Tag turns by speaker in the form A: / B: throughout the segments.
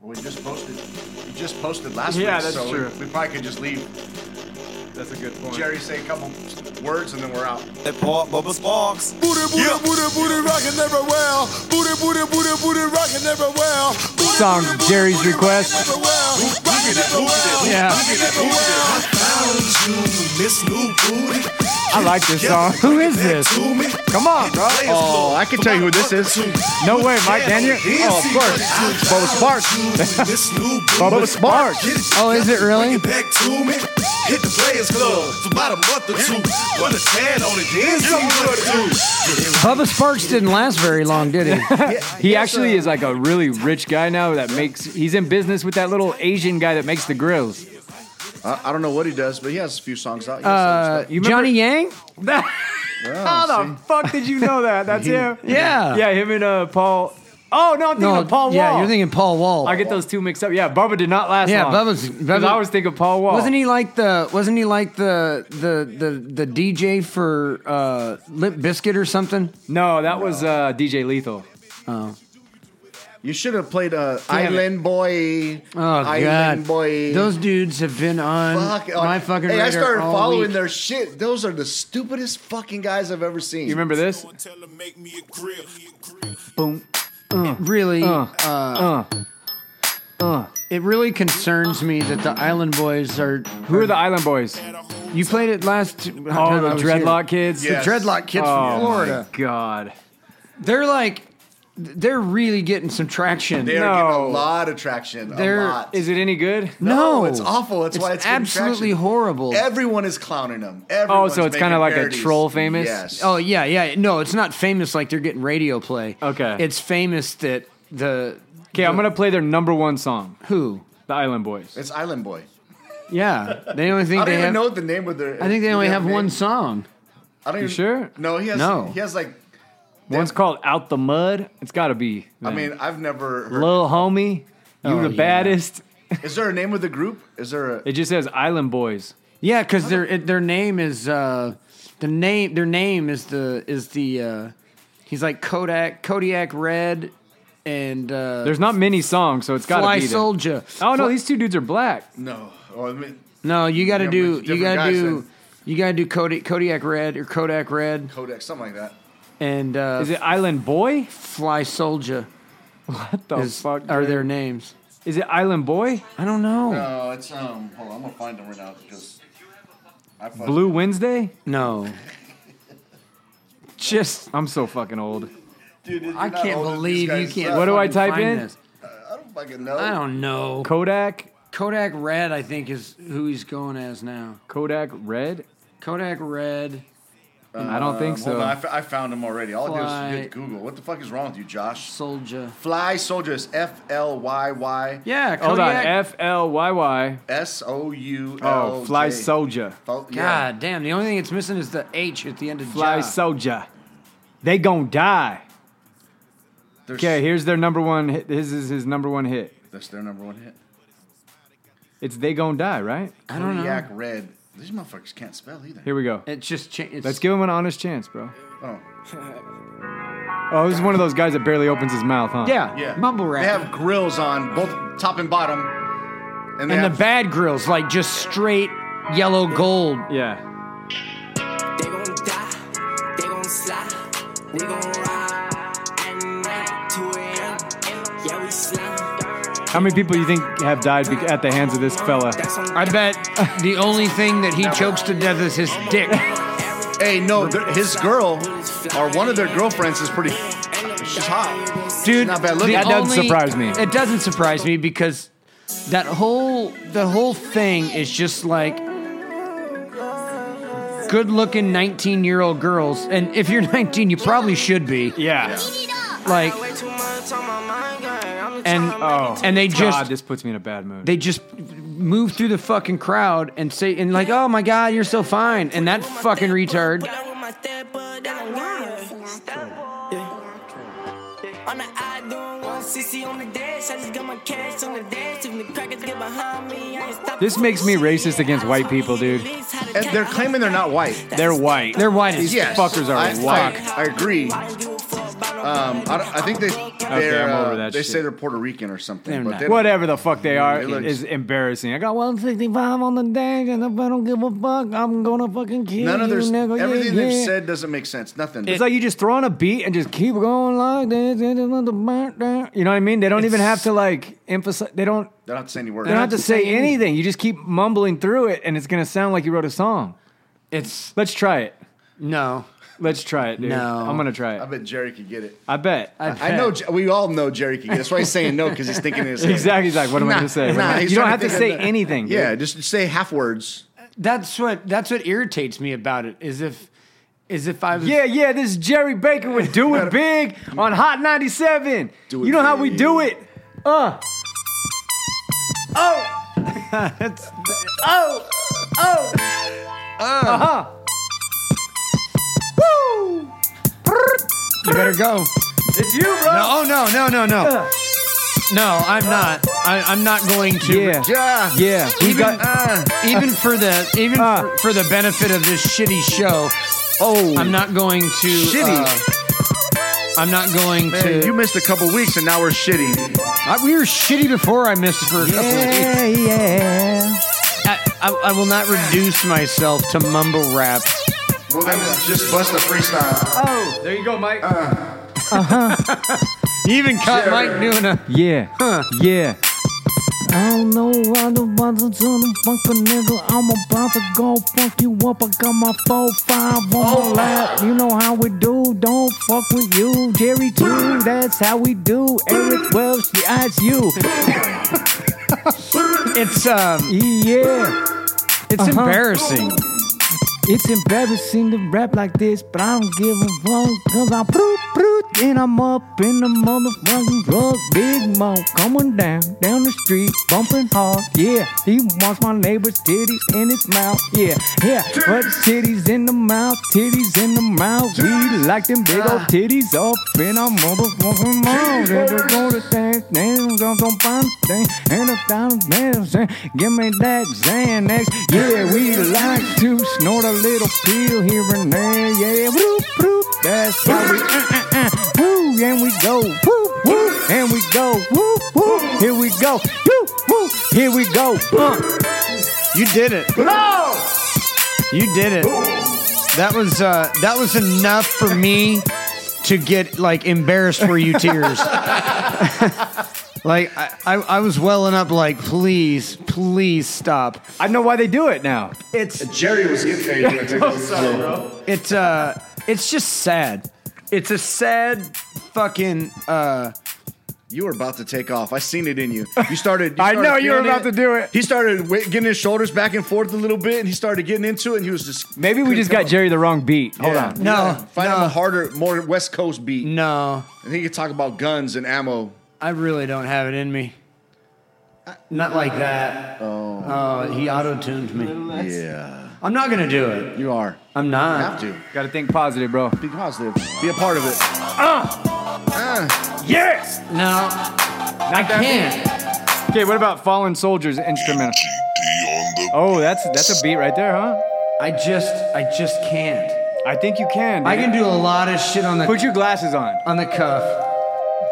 A: we just posted. We just posted last
B: Yeah,
A: week,
B: that's
A: so
B: true.
A: We, we probably could just leave
B: That's a good point.
A: Jerry say a couple words and then we're out.
C: That part Bubba Sparks.
D: Booty, booty, booty, booty, rockin' everywhere. Booty, booty, booty, booty, rockin' everywhere. Booty,
B: Song,
D: booty, booty,
B: Jerry's
D: booty,
B: Request.
D: rockin' everywhere. Rockin' everywhere.
B: Yeah,
D: Rockin' everywhere.
C: Found you, Miss New Booty.
B: I like this song. Who is this? Come on, bro.
A: Oh, I can tell you who this is.
B: No way, Mike Daniel. Oh, of course. Bubba Sparks.
C: Miss New Booty.
B: Bubba Sparks. Oh, is it really?
C: Back to me. Hit the Players Club for about a month or two. Put a tan on it, then see what it do.
E: Bubba Sparks didn't last very long, did he?
B: He actually is like a really rich guy now that makes. He's in business with that little Asian guy that makes the grills.
A: I, I don't know what he does, but he has a few songs out. He
E: Uh,
A: has some stuff.
E: Johnny Yang?
B: How the fuck did you know that? That's him.
E: Yeah.
B: Yeah, him and uh, Paul. Oh no, I'm thinking
E: No,
B: of Paul Wall.
E: yeah, you're thinking Paul Wall.
B: I get those two mixed up. Yeah, Bubba did not last
E: Yeah,
B: long.
E: Bubba's-
B: 'Cause
E: Bubba-
B: I was thinking Paul Wall.
E: Wasn't he like the? Wasn't he like the the the the DJ for uh, Limp Biscuit or something?
B: No, that was uh, DJ Lethal.
A: You should have played uh,
B: Damn it.
A: Island Boy.
E: Oh
A: Island
E: God,
A: Boy.
E: those dudes have been on
A: Fuck, uh,
E: my fucking.
A: Hey, I
E: radar
A: started
E: all
A: following
E: week.
A: their shit. Those are the stupidest fucking guys I've ever seen.
B: You remember this?
D: Go and tell 'em make me a grill.
B: Boom.
E: Really,
B: Uh,
E: uh,
B: uh.
E: it really concerns me that the Island Boys are.
B: Who are the Island Boys?
E: You played it last.
B: Oh, the dreadlock kids.
A: Yeah. Yes.
E: The dreadlock kids
B: Oh
E: from Florida.
B: my god.
E: They're like, they're really getting some traction.
A: They are
B: No.
A: getting a lot of traction.
E: There
A: a lot.
B: Is it any good?
E: no,
A: it's awful. That's why it's getting
E: absolutely
A: traction.
E: horrible.
A: Everyone is clowning them. Everyone's
B: so it's
A: making
B: kinda like a
A: parodies.
B: troll famous?
A: Yes.
E: Oh yeah, yeah. No, it's not famous like they're getting radio play.
B: Okay.
E: It's famous that the
B: Okay, I'm gonna play their number one song,
E: who?
B: The Island Boys.
A: it's Island Boy.
E: Yeah. They only think
A: I don't
E: they
A: even
E: have
A: know the name of their.
E: I think they only
A: their
E: have
A: name.
E: one song.
A: I don't
B: You
A: even,
B: sure?
A: No, he has.
E: No.
A: he has like.
B: One's called Out the Mud. It's gotta be.
A: I mean, I've never. Heard.
B: Lil Homie, You
E: Oh,
B: the
E: yeah.
B: Baddest.
A: Is there a name of the group? Is there a?
B: It just says Island Boys.
E: Yeah, cuz their it- their name is uh the name their name is the is the uh he's like Kodak Kodiak Red and uh
B: There's not many songs, so it's gotta
E: Fly
B: be. there.
E: Soldier.
B: Oh no, these two dudes are black.
A: No. Oh, I mean,
E: No, you got to
A: Yeah, but
E: do
A: it's
E: you
A: different
E: got to
A: guys
E: do
A: then.
E: you got to do Kodak, Kodiak Red or Kodak Red
A: Kodak, something like that.
E: and uh
B: Is it Island Boy?
E: Fly Soldier
B: What the
E: is,
B: Oh, fuck?
E: are
B: dude?
E: their names.
B: Is it Island Boy?
E: I don't know.
A: No, it's um. Hold on, I'm gonna find them right now because. I fuck-
B: Blue Wednesday?
E: No. Just
B: I'm so fucking old.
A: Dude, you're
E: I
A: not
E: can't
A: old as
E: believe you
A: these guys
E: can't.
A: suck.
B: What do I
E: fucking
B: type
E: find
B: in?
E: this.
A: I don't fucking know.
E: I don't know.
B: Kodak,
E: Kodak Red, I think, is who he's going as now.
B: Kodak Red?
E: Kodak Red.
B: I don't think
A: Um, Uh, Hold
B: so.
A: on, I, f- I found him already. All I do is
E: Fly-
A: hit Google. What the fuck is wrong with you, Josh?
E: Soldier.
A: Fly Soldiers, F L Y Y
E: Yeah, Kodak.
B: Hold on, F L Y Y.
A: S O U L.
B: Oh, Fly Soldier.
A: God
E: God damn, the only thing it's missing is the H at the end of
B: Fly
E: Ja.
B: Soldier. They gon' die. Okay, here's their number one. Hit. This is his number one hit.
A: That's their number one hit.
B: It's They Gon' Die, right?
E: I don't know.
A: Kodiak Red. These motherfuckers can't spell either.
B: Here we go.
E: It just changed.
B: Let's give him an honest chance, bro.
A: Oh,
B: Oh, this is one of those guys that barely opens his mouth, huh?
E: Yeah,
A: yeah.
E: mumble rap.
A: They have grills on both top and bottom. And, they
E: and
A: have,
E: the bad grills, like just straight yellow gold.
B: Yeah.
F: They gon' die, they gon' slide, we gon' ride. At night, 2 a.m., yeah, we slide.
B: How many people you think have died bec- at the hands of this fella?
F: That's on
E: I bet the only thing that he chokes to death is his dick.
A: hey, no, their- his girl or one of their girlfriends is pretty. She's hot.
E: dude.
A: Not bad looking. That
E: the
B: doesn't surprise me.
E: It doesn't surprise me because that whole the whole thing is just like good-looking 19-year-old girls, and if you're 19, you probably should be
B: Yeah.
E: like,
F: way too much on my mind, girl. I'm
E: and
B: Oh.
E: and they just
B: God, this puts me in a bad mood.
E: they just move through the fucking crowd and say and like, oh my god, you're so fine, and that fucking retard.
F: Put up with my step, but then I'm gone. On the I doing 160 on the dash. I just got my cash on the dash. If the crackers get behind me, I ain't stopping.
B: This makes me racist against white people, dude.
A: And they're claiming they're not white.
B: They're white.
E: They're white as
A: Yes.
B: fuckers are
A: I,
B: whack.
A: I, I agree. Um, I, Um, don't- I think they They're,
B: I'm
A: uh,
B: over that
A: They
B: shit.
A: say they're Puerto Rican or something.
E: They're
A: but
E: not.
A: they don't-
B: Whatever the fuck they are
A: It looks-
B: is embarrassing. I got 165 on the dash, and if I don't give a fuck, I'm gonna fucking kill
A: None of
B: you,
A: their
B: nigga. Yeah,
A: everything they've
B: yeah.
A: said doesn't make sense. Nothing.
B: It's like you just throw on a beat and just keep going like this. You know what I mean? They don't even have to like emphasize. They don't.
A: they don't have to say any words.
B: They don't have to say anything. You just keep mumbling through it, and it's gonna sound like you wrote a song.
E: It's
B: Let's try it.
E: no.
B: Let's try it, dude.
E: No.
B: I'm gonna try
A: I
B: it.
A: bet Jerry could get it.
B: I bet.
E: I,
A: I know. J- We all know Jerry could get it. That's why he's saying no because he's thinking it's
B: exactly. He's like, what am I
A: Nah,
B: gonna say? What am
A: nah,
B: I-
A: he's
B: you don't
A: trying
B: have to
A: think
B: say
A: of the-
B: anything. dude.
A: Yeah, just say half words.
E: That's what that's what irritates me about it is if is if I was
B: Yeah, yeah, this is Jerry Baker with Do It Big on Hot 97.
A: Do It
B: you know how we
A: Big.
B: do it. Uh. Oh. That's, oh. Oh. Uh. huh Woo.
E: you better go.
B: It's you, bro.
E: Oh no no no no. No, I'm not. I, I'm not going to.
B: Yeah.
A: Yeah. Uh,
B: Yeah. We
E: Even,
B: got,
E: even for the even
B: Uh.
E: for, for the benefit of this shitty show,
A: Oh,
E: I'm not going to
A: Shitty.
E: uh, I'm not going
A: man,
E: to.
A: you missed a couple weeks and now we're shitty.
E: I, we were shitty before. I missed for a couple of weeks.
B: yeah, yeah.
E: I, I, I will not reduce myself to mumble rap.
A: Well, then just bust a freestyle.
B: Oh. There you go, Mike.
E: You even caught
A: Sure.
E: Mike doing a.
B: Yeah. Yeah. I don't know why the bother to the fucking nigga. I'm about to go fuck you up. I got my 4-5 on my lap. You know how we do. Don't fuck with you. Jerry, too. That's how we do. Eric Wells, yeah, it's you.
E: It's um.
B: Yeah.
E: It's
B: Uh-huh.
E: embarrassing.
B: It's embarrassing to rap like this, but I don't give a fuck. Cause I proot, proot, and I'm up in the motherfucking drug. Big Mo coming down, down the street, bumping hard. Yeah, he wants my neighbor's titties in his mouth. Yeah, yeah, but titties in the mouth, titties in the mouth. We like them big old titties up in our motherfucking mouth. They're just gonna say, names on some fine thing, and a thousand nails. eh? Give me that Xanax. Yeah, we like to snort a little pill here and there. Yeah, whoop, whoop, that's how we, uh, uh, uh, woo, and we go, woo, woo, and we go, woo, woo, here we go, woo, woo, here we go, uh,
E: You did it. You did it. That was uh, that was enough for me to get like embarrassed for you tears. like I, I, I was welling up like please please stop.
B: I know why they do it now.
E: It's
A: Jerry was getting
E: it's uh it's just sad. It's a sad fucking uh
A: You were about to take off. I seen it in you. You started. you
B: I know
A: started
B: you were
A: feeling
B: about to do it.
A: He started wa- getting his shoulders back and forth a little bit, and he started getting into it. And he was just
B: Maybe we
A: couldn't
B: just
A: come
B: got
A: up.
B: Jerry the wrong beat. Hold
A: Yeah.
B: on.
A: You
E: No,
A: gotta find him
E: no.
A: a harder, more West Coast beat.
E: no.
A: I think you talk about guns and ammo.
E: I really don't have it in me. Not like that. Oh, he auto tuned me.
A: Yeah,
E: I'm not gonna do it.
A: you are.
E: I'm
A: You
E: not.
A: have to
B: Gotta think positive, bro.
A: be positive. Be a part of it.
B: Yes!
E: No, I can't.
B: Okay, what about Fallen Soldiers instrumental? Oh, that's that's a beat right there, huh?
E: I just, I just can't.
B: I think you can.
E: I
B: dude.
E: can do a lot of shit on the
B: put your glasses on.
E: on the cuff,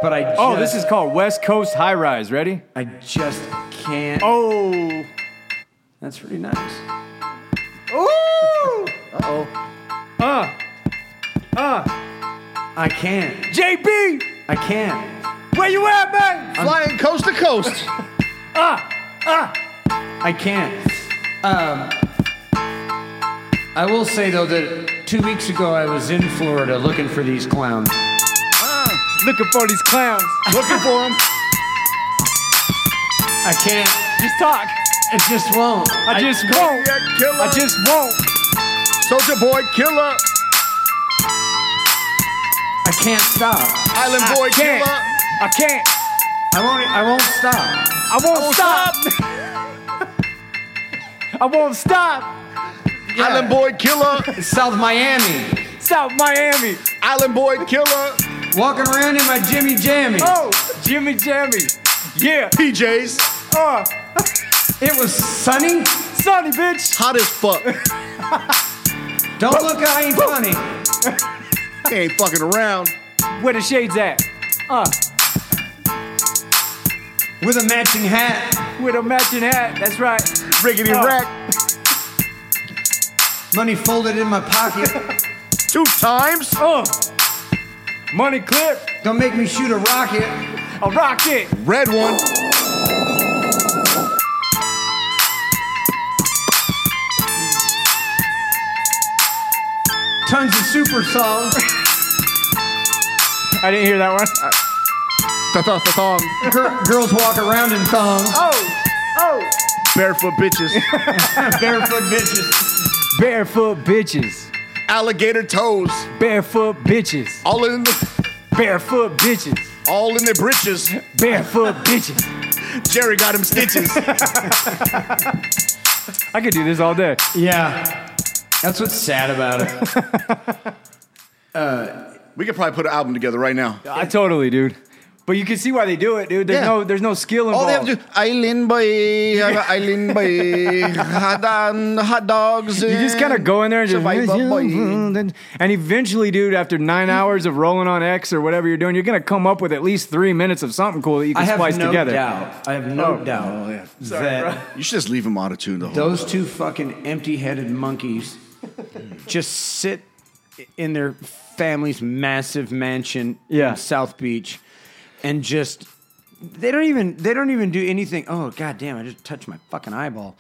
E: but I. Just,
B: Oh, this is called West Coast High Rise. Ready?
E: I just can't.
B: Oh,
E: that's pretty nice.
B: ooh,
A: Uh-oh.
B: uh,
E: I can't.
B: JB,
E: I can't.
B: where you at, man?
A: Flying coast to coast.
E: I can't. Um, I will say though that two weeks ago I was in Florida looking for these clowns.
B: Looking for these clowns.
A: Looking for him.
E: I can't.
B: Just talk.
E: It just won't.
B: I just won't.
A: Yeah, killer.
B: I just won't.
A: soldier boy killer.
E: I can't stop.
A: Island boy
B: can't.
A: killer.
B: I can't.
E: I won't. I won't stop.
B: I won't, Oh, stop. I won't stop.
A: Island boy killer.
E: It's South Miami.
B: South Miami.
A: Island boy killer.
E: Walking around in my Jimmy Jammy.
B: Oh, Jimmy Jammy. Yeah.
A: PJs.
B: Uh,
E: It was sunny.
B: Sonny, bitch.
A: Hot as fuck.
E: Don't look, I ain't funny.
A: They ain't fucking around.
B: Where the shades at? Uh,
G: with a matching hat.
B: With a matching hat, that's right.
G: Riggedy
A: Oh.
G: rack. Money folded in my pocket.
A: Two times?
B: Oh, money clip,
G: Don't make me shoot a rocket.
B: a rocket.
A: Red one.
G: Tons of super songs.
B: I didn't hear that one.
A: Thong.
G: Gir- girls walk around in thongs.
B: Oh, oh.
A: Barefoot bitches.
G: Barefoot bitches.
B: Barefoot bitches.
A: Alligator toes.
B: Barefoot bitches.
A: All in the
B: Barefoot bitches.
A: all in their britches.
B: Barefoot bitches.
A: Jerry got him stitches.
B: I could do this all day.
G: Yeah. That's what's sad about it.
A: we could probably put an album together right now.
B: I totally, dude. But you can see why they do it, dude. There's
A: Yeah.
B: no there's no skill
A: All
B: involved.
A: they have to do, Eileen boy, Eileen boy, hot, um, hot dogs. eh.
B: you just kind of go in there and just, and eventually, dude, after nine hours of rolling on X or whatever you're doing, you're gonna come up with at least three minutes of something cool that you
G: I
B: can
G: have
B: splice
G: no
B: together.
G: doubt. I have no doubt that
A: You should just leave him out of tune the whole
E: Those two fucking empty-headed monkeys just sit in their family's massive mansion
B: Yeah.
E: in South Beach and just they don't even they don't even do anything. Oh god damn, I just touched my fucking eyeball.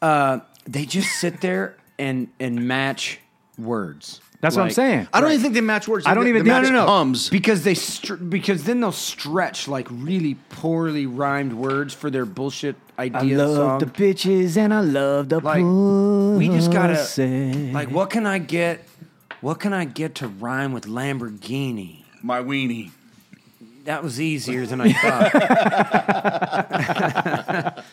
E: Uh, they just sit there and and match words.
B: That's what I'm
E: Like-
B: saying.
A: I don't even think they match words.
B: I don't
A: They-
B: even
A: they
B: think-
A: match
B: No, no, no.
A: Ums.
E: because they str- because then they'll stretch like really poorly rhymed words for their bullshit idea
B: I love
E: song.
B: the bitches and I love the
E: Like we just gotta
B: pussy.
E: like what can I get? What can I get to rhyme with Lamborghini?
A: My weenie.
E: That was easier than I thought. that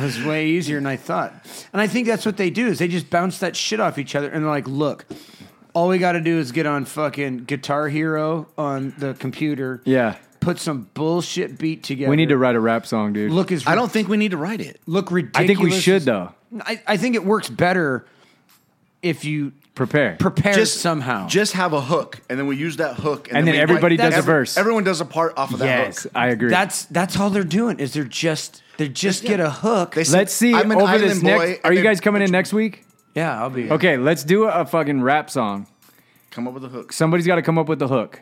E: was way easier than I thought. And I think that's what they do is they just bounce that shit off each other and they're like, look, all we gotta do is get on fucking Guitar Hero on the computer.
B: Yeah.
E: Put some bullshit beat together.
B: we need to write a rap song, dude.
E: look as
A: I don't think we need to write it.
E: look ridiculous.
B: I think we should though.
E: I, I think it works better if you
B: Prepare.
E: prepare
A: Just
E: somehow.
A: Just have a hook, and then we use that hook,
B: And then
A: we-
B: everybody
E: does a
A: every-
B: verse.
A: Everyone does a part off of that
B: yes,
A: hook.
B: I agree.
E: that's that's all they're doing is they're just they just get a hook.
A: They say,
B: Let's see
A: I'm an
B: over this
A: island boy,
B: next.
A: and
B: Are you
A: then
B: guys coming in next week?
E: yeah, I'll be
B: Okay, let's do a, a fucking rap song.
A: Come up with a hook.
B: Somebody's got to come up with the hook,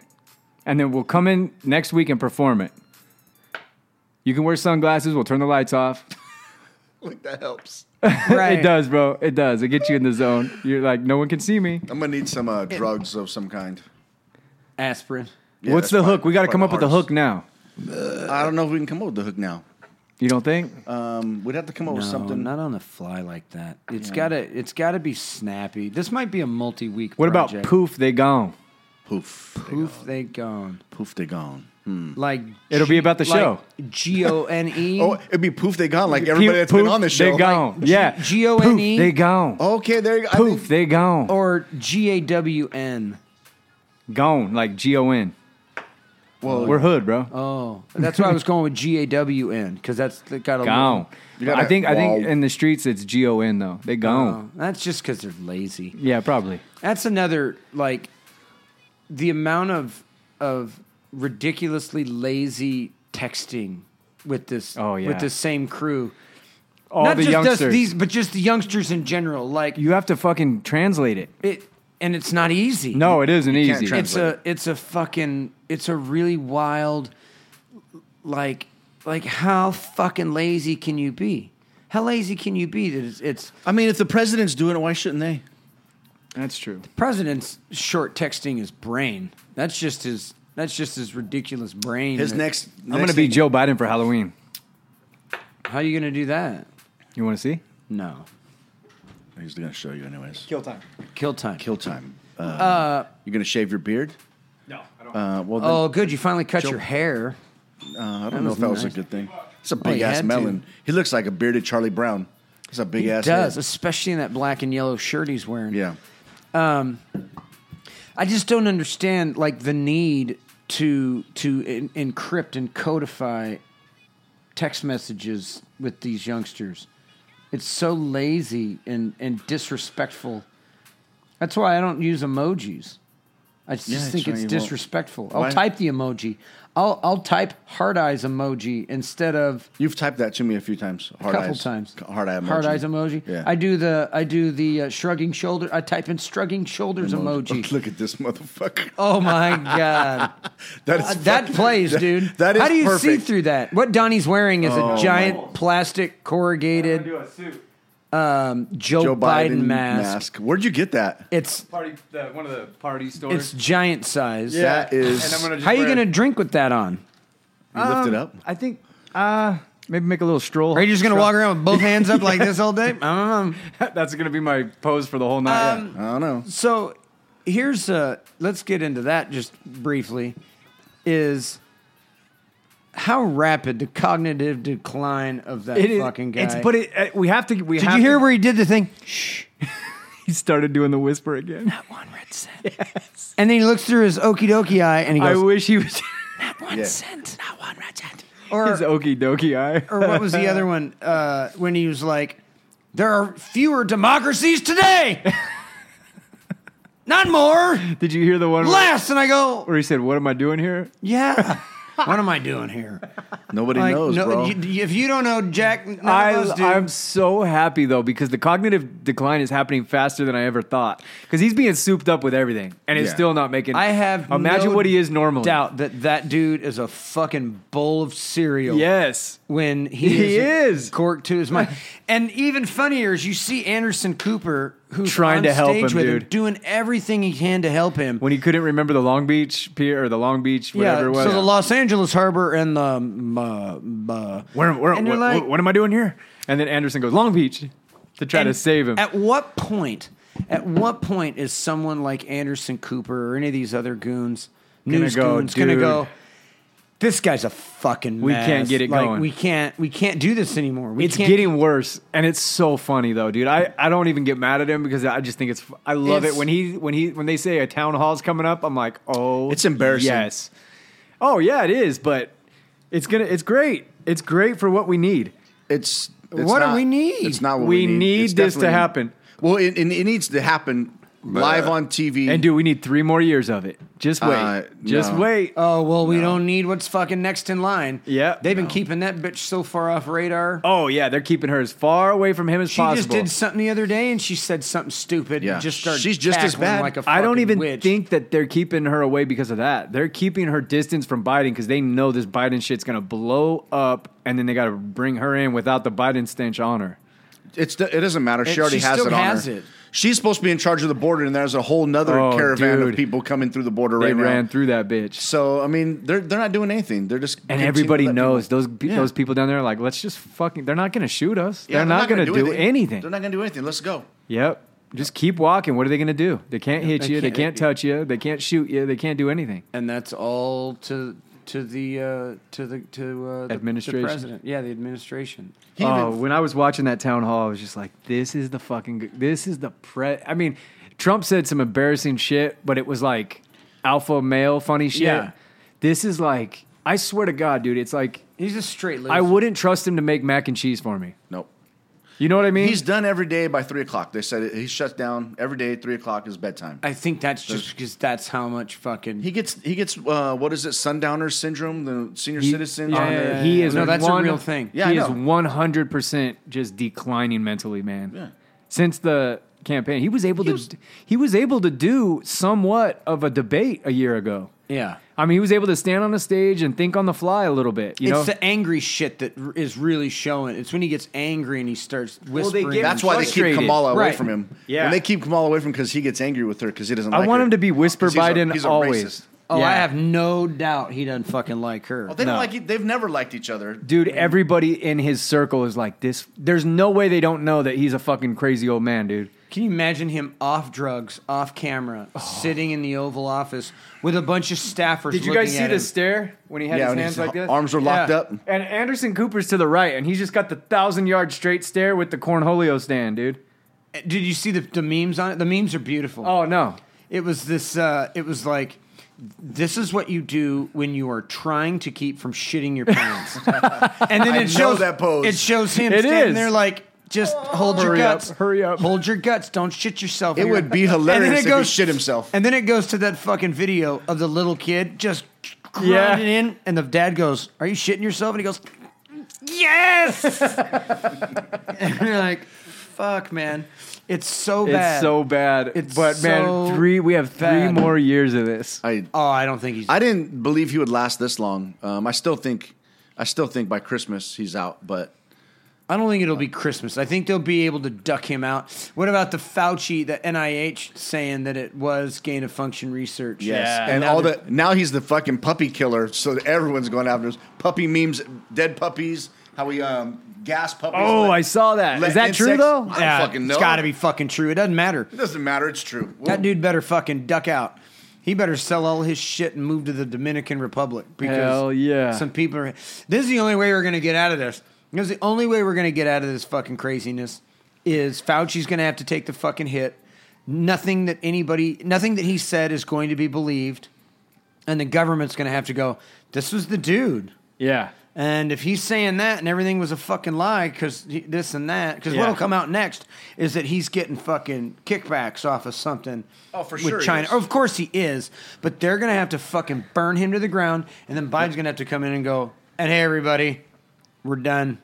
B: and then we'll come in next week and perform it. You can wear sunglasses. We'll turn the lights off.
A: Like that helps.
E: Right.
B: It does, bro. It does. It gets you in the zone. You're like, no one can see me.
A: I'm gonna need some uh, drugs of some kind.
E: aspirin.
A: Yeah,
B: What's
A: that's
B: the
A: probably-
B: hook? We got to
A: probably
B: come up with the
A: hardest.
B: hook now.
A: I don't know if we can come up with the hook now.
B: You don't think?
A: Um, we'd have to come up with
E: No,
A: something.
E: not on the fly like that. It's gotta it's gotta be snappy. This might be a multi week.
B: what about poof? They gone.
A: Poof.
E: Poof they gone.
A: Poof, they gone.
E: Like
B: It'll be about the show.
E: G O N E.
A: Oh, it'd be poof, they gone. Like everybody that's
B: Poof,
A: been on the show.
B: They gone. yeah.
E: G- G-O-N-E?
B: Poof, They gone.
A: Okay, there you go. I
B: Poof.
A: think-
B: They gone.
E: Or G A W N.
B: Gone. Like G O N.
A: Well, um,
B: We're hood, bro.
E: Oh, that's why I was going with G A W N because that's that got a
B: gone.
E: little-
A: You gotta-
B: I think. I think
A: Wow.
B: in the streets it's G O N though. They gone.
E: Oh, that's just because they're lazy.
B: Yeah, probably.
E: That's another like the amount of of ridiculously lazy texting with this
B: Oh, yeah.
E: with this same crew.
B: All
E: Not
B: the
E: just us,
B: youngsters.
E: these, but just the youngsters in general. Like
B: you have to fucking translate it.
E: it, and it's not easy.
B: No, it isn't
A: can't
B: easy.
A: translate.
E: it's a it's a fucking it's a really wild like like how fucking lazy can you be? How lazy can you be? That it's, it's
A: I mean, if the president's doing it, why shouldn't they?
B: That's true.
E: president's short texting his brain. That's just his. That's just his ridiculous brain.
A: His
E: that-
A: next.
B: I'm gonna be Joe Biden for Halloween.
E: How are you gonna do that?
B: You want to see?
E: No.
A: He's gonna show you, anyways.
B: Kill time.
E: Kill time.
A: Kill time. Uh, you're gonna shave your beard? No, I don't. Uh, well, then,
E: Oh, good. You finally cut your hair.
A: uh, I don't know if that was
E: nice.
A: a good thing. It's a
E: Oh, you
A: big
E: had
A: ass
E: to.
A: melon. He looks like a bearded Charlie Brown. It's a big ass.
E: It does,
A: head.
E: especially in that black and yellow shirt he's wearing.
A: Yeah.
E: I just don't understand like the need to to en- encrypt and codify text messages with these youngsters. It's so lazy and and disrespectful. That's why I don't use emojis. I just
A: Yeah, that's
E: think
A: right,
E: it's
A: you won't.
E: disrespectful. I'll
A: Why-
E: type the emoji. I'll I'll type hard eyes emoji instead of
A: You've typed that to me a few times.
E: a
A: Hard
E: couple
A: eyes.
E: times.
A: C- Hard eye emoji.
E: Hard eyes emoji.
A: Yeah.
E: I do the I do the uh, shrugging shoulder. I type in shrugging shoulders emoji.
A: Look at this motherfucker.
E: Oh my god,
A: That
E: Uh,
A: is
E: that
A: fucking-
E: plays, dude.
A: That is
E: how do you see
A: perfect.
E: through that? What Donnie's wearing is
A: Oh,
E: a giant plastic corrugated
C: do a suit.
E: um, Joe,
A: Joe
E: Biden, mask.
A: Where'd you get that?
E: It's
C: Party, uh, one of the party stores.
E: it's giant size.
A: Yeah. That is-
C: And I'm gonna just
E: How you
C: wear
E: gonna drink with that on?
A: You
E: Um,
A: lift it up.
B: I think uh maybe make a little stroll.
E: Are you just gonna walk around with both hands up like this all day? I don't know.
C: That's gonna be my pose for the whole night.
A: I don't know.
E: So here's uh let's get into that just briefly. Is how rapid the cognitive decline of that
C: It is-
E: fucking guy?
C: it's-
B: But it, uh, we have to. We
E: Did you hear where he did the thing? Shh.
B: he started doing the whisper again?
E: One red cent. Yes. And then he looks through his okie dokie eye and he
B: I
E: goes,
B: wish he was
E: one
A: Yeah.
E: cent, not one red cent.
B: his
E: Or,
B: okie dokie eye.
E: or what was the other one? Uh, when he was like, there are fewer democracies today. not more,
B: Did you hear the one where,
E: less. And I go,
B: where he said, "What am I doing here?"
E: yeah. What am I doing here?
A: Nobody
E: Like,
A: knows,
E: no-
A: bro.
E: you- you- if you don't know Jack, none
B: I,
E: of us do.
B: I'm so happy though because the cognitive decline is happening faster than I ever thought. Because he's being souped up with everything, and it's
A: Yeah.
B: still not making.
E: I have
B: imagine
E: no
B: what he is normally.
E: Doubt that that dude is a fucking bowl of cereal.
B: Yes,
E: when he,
B: He
E: is,
B: is.
E: corked to his mind. and even funnier is you see Anderson Cooper who's
B: Trying
E: on
B: to help
E: stage
B: him,
E: with
B: dude.
E: doing everything he can to help him.
B: when he couldn't remember the Long Beach Pier or the Long Beach whatever
E: yeah,
B: it was.
E: so the Los Angeles Harbor and the um, uh, uh,
B: Where, where, what,
E: and you're like,
B: what, what am I doing here? And then Anderson goes Long Beach to try to
E: and
B: save him.
E: At what point? At what point is someone like Anderson Cooper or any of these other goons, news
B: go,
E: goons, gonna
B: "Dude,
E: go? This guy's a fucking.
B: we
E: mess.
B: can't get it
E: Like,
B: going."
E: We can't. We can't do this anymore. We
B: it's
E: can't
B: getting worse, and it's so funny though, dude. I, I don't even get mad at him because I just think it's I love
E: It's-
B: it when he when he when they say a town hall's coming up. I'm like, oh,
A: It's embarrassing.
B: Yes, oh yeah, it is, but it's gonna it's great. It's great for what we need.
A: It's, it's
E: What do
A: not-
E: we need?
A: It's not what we,
B: We need
A: It's
B: this to
A: definitely-
B: happen.
A: Well, it, it, it needs to happen live on TV.
B: And dude, we need three more years of it. Just wait,
A: Uh,
B: just
A: no.
B: wait.
E: Oh well, we don't need what's fucking next in line.
B: Yeah.
E: they've been keeping that bitch so far off radar.
B: oh yeah, they're keeping her as far away from him as
E: she just
B: possible.
E: did something the other day, and she said something stupid.
A: Yeah.
E: and just started.
A: She's just as
E: cackling
A: bad.
E: Like a
B: I don't
E: fucking
B: even
E: witch.
B: think that they're keeping her away because of that. They're keeping her distance from Biden because they know this Biden shit's gonna blow up, and then they gotta bring her in without the Biden stench on her.
A: It's it doesn't matter. She
E: It-
A: already
E: she
A: has
E: still
A: it on
E: has
A: her.
E: it.
A: She's supposed to be in charge of the border, and there's a whole nother
B: Oh,
A: caravan
B: dude.
A: of people coming through the border
B: They
A: right now.
B: ran through that bitch,
A: So I mean, they're they're not doing anything. They're just
B: and
A: continuing
B: everybody
A: to let
B: knows
A: people-
B: those pe-
A: Yeah.
B: those people down there. Are like, let's just fucking. They're not gonna shoot us.
A: Yeah,
B: they're, not, gonna, do anything.
A: They're not gonna do anything. Let's go.
B: yep. Just keep walking. What are they gonna do? They can't hit
E: they
B: you.
E: can't-
B: they can't touch you. They can't shoot you. They can't do anything.
E: and that's all to to the uh, to the to uh, the,
B: Administration.
E: the president. Yeah, the administration.
A: He
B: oh,
A: even-
B: when I was watching that town hall, I was just like, "This is the fucking. g- This is the pre." I mean, Trump said some embarrassing shit, but it was like alpha male funny shit.
E: Yeah.
B: This is like, I swear to God, dude, it's like
E: He's a straight. Loser.
B: I wouldn't trust him to make mac and cheese for me.
A: nope.
B: You know what I mean?
A: He's done every day by three o'clock. They said it, he shuts down every day. Three o'clock is bedtime.
E: I think that's just because that's how much fucking.
A: he gets he gets uh, what is it? Sundowner syndrome. The senior
B: He-
A: citizen.
B: yeah,
A: on
B: yeah,
A: the-
B: yeah, he is
E: No, that's a
B: one-
E: real thing.
A: Yeah,
B: he
A: I
B: is
A: know.
B: one hundred percent just declining mentally, man.
A: Yeah.
B: Since the campaign, he was able to he was able to do somewhat of a debate a year ago.
E: yeah.
B: I mean, he was able to stand on a stage and think on the fly a little bit. You know,
E: it's the angry shit that r- is really showing. It's when he gets angry and he starts whispering.
B: give-
A: That's why they keep
B: Frustrated.
A: Kamala away
E: Right.
A: from him.
B: Yeah.
A: and they keep Kamala away from him because he gets angry with her because he doesn't.
B: I
A: like
B: want
A: her.
B: him to be Whisper
A: 'Cause he's a-
B: Biden
A: he's a
B: always.
A: racist.
E: oh, I
B: Yeah.
E: have no doubt he doesn't fucking like her.
A: Well, they
B: No.
A: don't like. e- They've never liked each other.
B: Dude, everybody in his circle is like this. There's no way they don't know that he's a fucking crazy old man, dude.
E: Can you imagine him off drugs, off camera, sitting in the Oval Office with a bunch of staffers? looking at him?
B: stare when he had
A: Yeah, when his arms were locked up.
B: And Anderson Cooper's to the right, and he's just got the thousand yard straight stare with the cornholio stand, dude.
E: Did you see the, the memes on it? The memes are beautiful.
B: Oh no,
E: It was this. Uh, it was like, this is what you do when you are trying to keep from shitting your pants. and then
A: I
E: it
A: know
E: shows
A: that pose.
E: It shows him
B: It
E: standing
B: is.
E: there like Just hold your
B: Hurry up,
E: guts.
B: hurry up.
E: Hold your guts. Don't shit yourself.
A: It
E: You're-
A: would be
E: And then
A: hilarious
E: it
A: if he shit himself.
E: And then it goes to that fucking video of the little kid just
B: Yeah.
E: grinding in, and the dad goes, "Are you shitting yourself?" And he goes, "Yes." and you're like, "Fuck, man, it's so bad."
B: It's so bad.
E: It's
B: but man,
E: so
B: three we have three
E: bad.
B: more years of this.
A: I
E: Oh, I don't think he's.
A: I didn't believe he would last this long. Um, I still think I still think by Christmas he's out, but
E: I don't think it'll be Christmas. I think they'll be able to duck him out. What about the Fauci, the NIH saying that it was gain of function research?
A: yes.
B: Yeah.
A: and
E: Now
A: all
E: they're-
A: the now he's the fucking puppy killer, so that everyone's going after his puppy memes, dead puppies, how he um gas puppies.
B: Oh,
A: let-
B: I saw that.
A: let
B: Is that true
A: insects-
B: though?
A: I don't
E: Yeah,
A: fucking know.
E: It's got to be fucking true. It doesn't matter.
A: It doesn't matter, it's true. Well,
E: That dude better fucking duck out. He better sell all his shit and move to the Dominican Republic because
B: Hell yeah.
E: some people are. This is the only way we're gonna get out of this. This is the only way we're gonna get out of this fucking craziness. Is Fauci's gonna have to take the fucking hit? Nothing that anybody, nothing that he said is going to be believed, and the government's gonna have to go. This was the dude.
B: Yeah.
E: And if he's saying that and everything was a fucking lie because this and that, because
B: Yeah.
E: what'll come out next is that he's getting fucking kickbacks off of something.
A: Oh, for
E: with
A: sure he
E: China.
A: is.
E: Of course he is, but they're gonna have to fucking burn him to the ground, and then Biden's gonna have to come in and go, "And hey, everybody, we're done.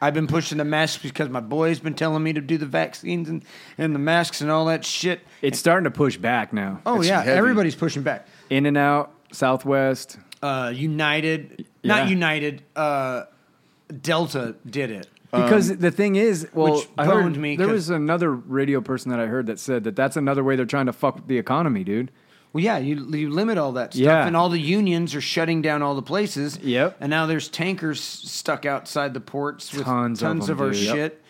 E: I've been pushing the masks because my boy's been telling me to do the vaccines and, and the masks and all that shit.
B: It's starting to push back now.
E: Oh
A: It's
E: yeah,
A: heavy.
E: everybody's pushing back.
B: In and out, Southwest.
E: Uh, United,
B: Yeah.
E: not United. Uh, Delta did it.
B: Because the thing is, well,
E: which
B: I heard
E: boned me
B: there
E: 'cause-
B: was another radio person that I heard that said that that's another way they're trying to fuck with the economy, dude.
E: Well, yeah, you you limit all that stuff,
B: Yeah.
E: and all the unions are shutting down all the places.
B: Yep.
E: And now there's tankers stuck outside the ports with tons,
B: Tons of
E: of,
B: them,
E: our
B: dude. Yep.
E: shit.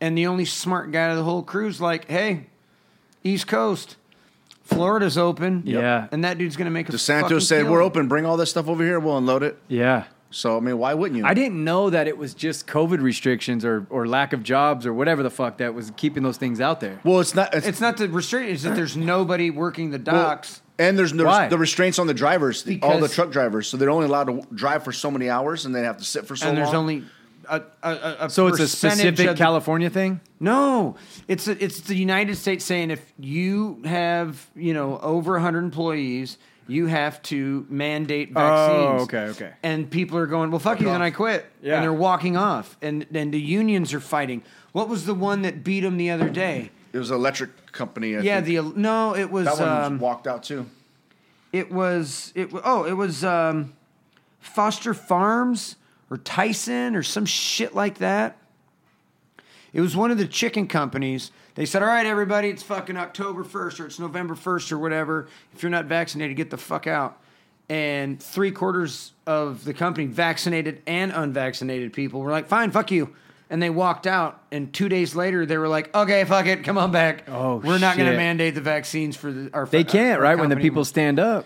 E: And the only smart guy of the whole crew's like, "Hey, East Coast, Florida's open.
B: Yeah.
E: And that dude's gonna make a fucking
A: DeSanto said,
E: killing.
A: We're open, bring all this stuff over here, we'll unload it.
B: Yeah.
A: So I mean, why wouldn't you?
B: I didn't know that it was just COVID restrictions or, or lack of jobs or whatever the fuck that was keeping those things out there.
A: well it's not it's,
E: It's not the restriction; it's that there's nobody working the
A: well,
E: docks.
A: and there's no,
B: Why?
A: the restraints on the drivers, all the
E: Because-
A: truck drivers, so they're only allowed to drive for so many hours, and they have to sit for so
E: and
A: long.
E: there's only a, a, a, a
B: so it's a
E: percentage
B: specific
E: of the-
B: California thing?
E: No, it's a, it's the United States saying if you have you know over 100 employees, you have to mandate vaccines.
B: Oh, okay, okay.
E: And people are going, well, fuck you, then I quit.
B: Yeah.
E: And they're walking off, and then the unions are fighting. What was the one that beat them the other day?
A: it was an electric company. I
E: Yeah,
A: think.
E: the no, it was
A: that one
E: um,
A: walked out too.
E: it was it wa- oh it was um, Foster Farms or Tyson or some shit like that. It was one of the chicken companies. They said, "All right, everybody, it's fucking October first or it's November first or whatever. If you're not vaccinated, get the fuck out." And three quarters of the company, vaccinated and unvaccinated people, were like, "Fine, fuck you." And they walked out, and two days later, they were like, "Okay, fuck it, come on back.
B: Oh,
E: we're not going to
B: shit.
E: mandate the vaccines for the, our."
B: They can't,
E: our
B: right? When the
E: company
B: people stand up.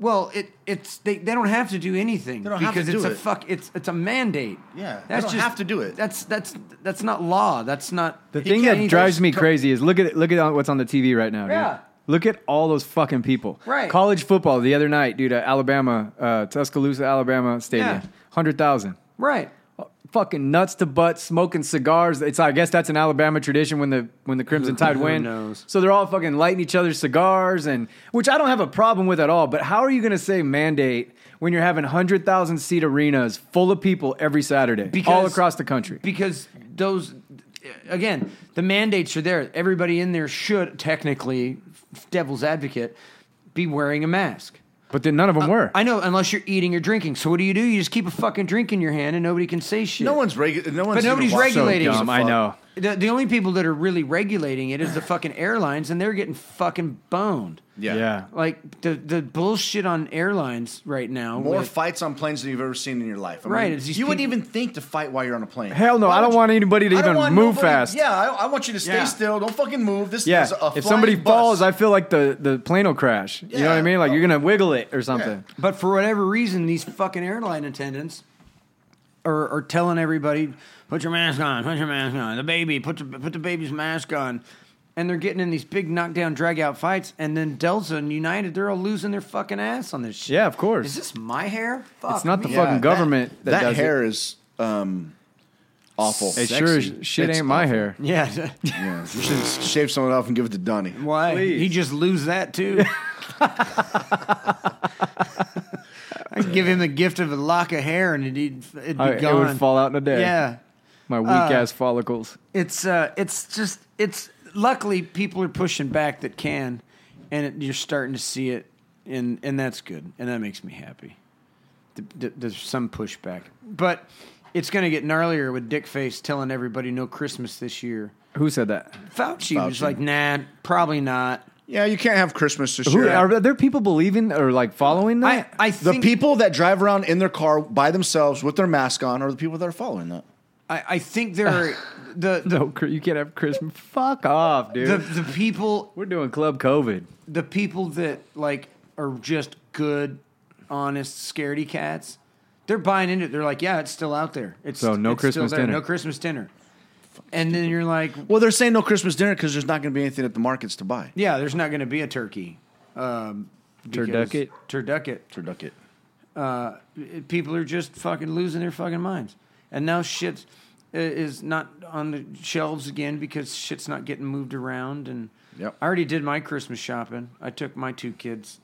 E: well, it it's they, they don't have to do anything
A: don't have
E: because
A: to
E: it's
A: do
E: a
A: it.
E: fuck it's it's a mandate.
A: Yeah, they don't have to do it.
E: That's that's that's not law. That's not
B: The thing that drives me crazy is look at look at what's on the TV right now. dude.
E: Yeah.
B: Look at all those fucking people.
E: Right.
B: College football the other night, dude, at Alabama, uh, Tuscaloosa, Alabama Stadium.
E: Yeah.
B: 100,000.
E: Right.
B: Fucking nuts to butts, smoking cigars. It's I guess that's an Alabama tradition when the when the Crimson Tide
E: Who
B: win.
E: knows?
B: So they're all fucking lighting each other's cigars and which I don't have a problem with at all, but how are you going to say mandate when you're having 100,000 seat arenas full of people every Saturday all
E: Because-
B: across the country?
E: Because those again, the mandates are there. Everybody in there should technically devil's advocate be wearing a mask.
B: But then none of them were.
E: I know unless you're eating or drinking. So what do you do? You just keep a fucking drink in your hand and nobody can say shit.
A: No one's regu- no one's
E: But nobody's
A: even watching.
B: so
E: regulating.
B: dumb, I know.
E: The, the only people that are really regulating it is the fucking airlines, and they're getting fucking boned.
A: Yeah,
B: yeah.
E: Like the the bullshit on airlines right now.
A: More
E: with-
A: fights on planes than you've ever seen in your life. I
E: Right,
A: mean,
E: it's
A: you
E: these
A: wouldn't
E: people-
A: even think to fight while you're on a plane.
B: Hell no,
A: Why
B: I
A: would
B: don't
A: you-
B: want anybody to
A: I don't
B: even
A: want
B: move
A: nobody-
B: fast.
A: Yeah, I, I want you to stay
E: Yeah.
A: still. Don't fucking move. This
B: Yeah,
A: is a
B: if somebody
A: flying
B: falls,
A: bus.
B: I feel like the, the plane will crash. You know what I
A: Yeah.
B: mean? Like you're gonna wiggle it or something.
E: But for whatever reason, these fucking airline attendants are, are telling everybody, "Put your mask on. Put your mask on. The baby. Put the put the baby's mask on." And they're getting in these big knockdown, drag out fights, and then Delta and United, they're all losing their fucking ass on this shit.
B: Yeah, of course.
E: Is this my hair? Fuck
B: It's not the
E: me.
B: fucking
A: that-
B: government that,
A: that,
B: does
A: hair is um, Awful.
B: It sure as shit
A: It's
B: ain't my
A: awful.
B: hair.
E: Yeah.
A: You should shave some of it off and give it to Donnie.
E: Why?
B: Please.
E: He just lose that too. I'd give him the gift of a lock of hair and it'd, it'd be
B: I- it
E: gone.
B: would fall out in a day.
E: Yeah. Uh,
B: My weak ass follicles.
E: It's uh it's just it's luckily people are pushing back that can and it, you're starting to see it and and that's good and that makes me happy. Th- th- There's some pushback. But it's going to get gnarlier with Dick Face telling everybody no Christmas this year.
B: Who said that?
E: Fauci, was
A: Fauci.
E: like, "Nah, probably not."
A: Yeah, you can't have Christmas this
B: Who,
A: year.
B: Are there people believing or like following
E: I
B: that?
E: I
A: the
E: think
A: people that drive around in their car by themselves with their mask on are the people that are following that.
E: I, I think there are the the,
B: no, Chris- you can't have Christmas. Fuck off, dude.
E: the the people
B: We're doing Club COVID.
E: the people that like are just good, honest scaredy cats. They're buying into it. They're like, yeah, it's still out there. It's
B: So no
E: it's still
B: Christmas
E: there.
B: dinner.
E: No Christmas dinner. And then you're like,
A: Well, they're saying no Christmas dinner because there's not going to be anything at the markets to buy.
E: yeah, there's not going to be a turkey. Um, because-
B: Turducket.
E: Turducket.
A: Turducket.
E: uh, people are just fucking losing their fucking minds. And now shit i- is not on the shelves again because shit's not getting moved around. And
A: Yep.
E: I already did my Christmas shopping. I took my two kids.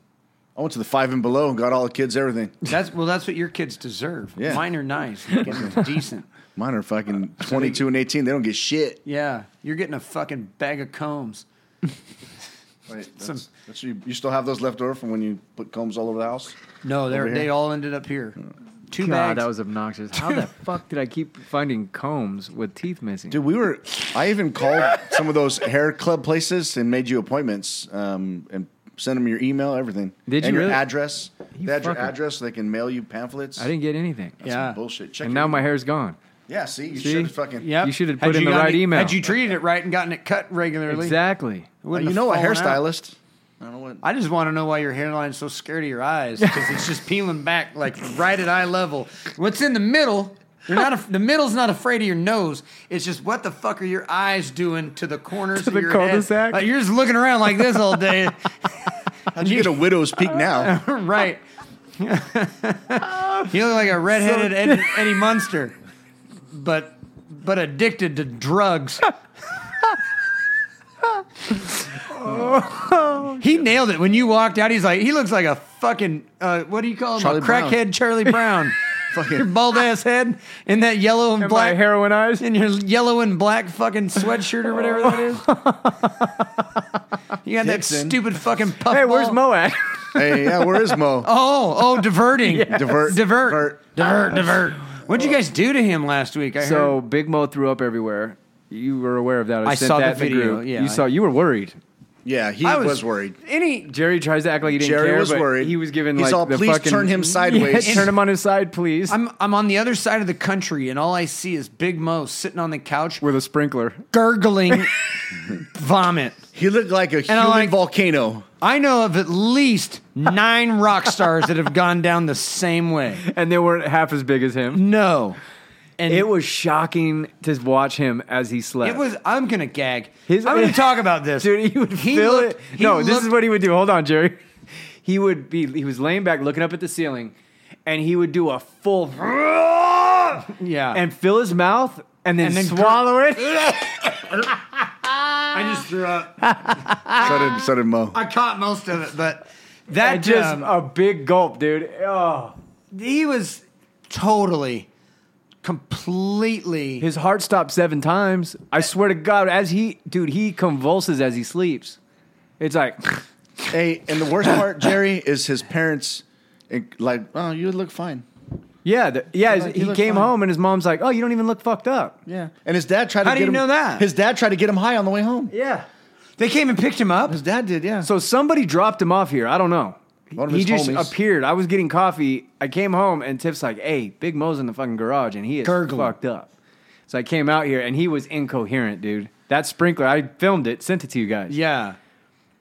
A: I went to the five and below and got all the kids everything.
E: That's well, that's what your kids deserve.
A: Yeah.
E: Mine are nice, they're getting decent.
A: Mine are fucking 22 and 18. They don't get shit.
E: Yeah, you're getting a fucking bag of combs.
A: Wait, that's, that's you, you still have those left over from when you put combs all over the house?
E: No, they
A: Over
E: are
A: here?
E: they all ended up here. Two
B: God,
E: bags.
B: that was obnoxious. How the fuck did I keep finding combs with teeth missing?
A: Dude, we were. I even called some of those hair club places and made you appointments um, and sent them your email, everything.
B: Did
A: and
B: you
A: your
B: really?
A: address?
B: You
A: they had your
B: fucker.
A: address so they can mail you pamphlets.
B: I didn't get anything.
A: Some
E: yeah.
A: bullshit. Check
B: And
A: your
B: now my
A: email.
B: hair's gone.
A: Yeah, see, you
B: See?
A: should fucking.
E: Yep.
B: You should have
E: Had
B: put in the
E: gotten
B: right
E: it-
B: email.
E: Had you treated it right and gotten it cut regularly,
B: Exactly.
E: it
A: Uh,
E: wouldn't
A: you
E: have
A: know a
E: fallen out.
A: hairstylist. I don't know what.
E: I just want to know why your hairline's so scared of your eyes because it's just peeling back like right at eye level. What's in the middle? You're not af the middle's not afraid of your nose. It's just what the fuck are your eyes doing to the corners
B: To
E: of
B: the
E: your
B: cul-de-sac?
E: head? Like, you're just looking around like this all day,
A: How'd you get a widow's peak now?
E: right? you look like a redheaded Eddie, Eddie Munster, but but addicted to drugs. He nailed it when you walked out. He's like, he looks like a fucking uh, what do you call him?
A: Charlie
E: a
A: Brown.
E: crackhead Charlie Brown. your bald ass head in that yellow and,
B: And my
E: black
B: heroin eyes.
E: in your yellow and black fucking sweatshirt or whatever that is. you got that
A: Dixon.
E: stupid fucking puff.
B: Hey, where's Mo at?
A: hey, yeah, where is Mo?
E: Oh, oh, diverting.
A: Divert,
E: divert, divert, divert. What'd you guys do to him last week? I
B: So Big Mo threw up everywhere. You were aware of that. I,
E: I
B: sent
E: saw the
B: that in
E: video,
B: group.
E: yeah.
B: you saw. You were worried.
A: Yeah, he
E: I
A: was, worried.
E: Any
B: Jerry tries to act like he didn't
A: Jerry
B: care.
A: was
B: but
A: worried.
B: He was given
A: He's
B: like
A: all,
B: the
A: "Please
B: fucking-
A: turn him sideways."
B: Yeah, turn him on his side, please.
E: I'm I'm on the other side of the country, and all I see is Big Mo sitting on the couch
B: with a sprinkler.
E: gurgling vomit.
A: He looked like a human
E: like-
A: volcano.
E: I know of at least nine rock stars that have gone down the same way.
B: and they weren't half as big as him.
E: No, and
B: It was shocking to watch him as he slept.
E: It was. I'm gonna gag.
B: His-
E: I'm gonna talk about this,
B: dude. He would
E: He
B: fill
E: looked-
B: it.
E: he
B: No, this is
E: looked-
B: what he would do. Hold on, Jerry. He would be. He was laying back, looking up at the ceiling, and he would do a full
E: Yeah,
B: and fill his mouth and then,
E: And then
B: swallow it.
E: I just threw up.
B: Ah.
A: So did, so did Mo.
E: I caught most of it, but that
B: And just
E: um,
B: a big gulp, dude. Oh.
E: he was totally, completely.
B: His heart stopped seven times. I swear to God, as he, dude, he convulses as he sleeps. It's like,
A: Hey, and the worst part, Jerry, is his parents. it- Like, oh, you look fine.
B: yeah, the, yeah.
A: like, he
B: he
A: looked
B: came
A: fine.
B: home and his mom's like, "Oh, you don't even look fucked up."
A: Yeah. And his dad tried to
E: How do
A: get
E: you
A: him,
E: know that?
A: His dad tried to get him high on the way home.
B: Yeah.
E: they came and picked him up.
A: His dad did, yeah.
B: So somebody dropped him off here. I don't know.
A: One of
B: he
A: his
B: just
A: homies.
B: appeared. I was getting coffee. I came home and Tiff's like, "Hey, Big Mo's in the fucking garage and he is
E: Gurgling.
B: fucked up." So I came out here and he was incoherent, dude. That sprinkler, I filmed it, sent it to you guys.
E: Yeah,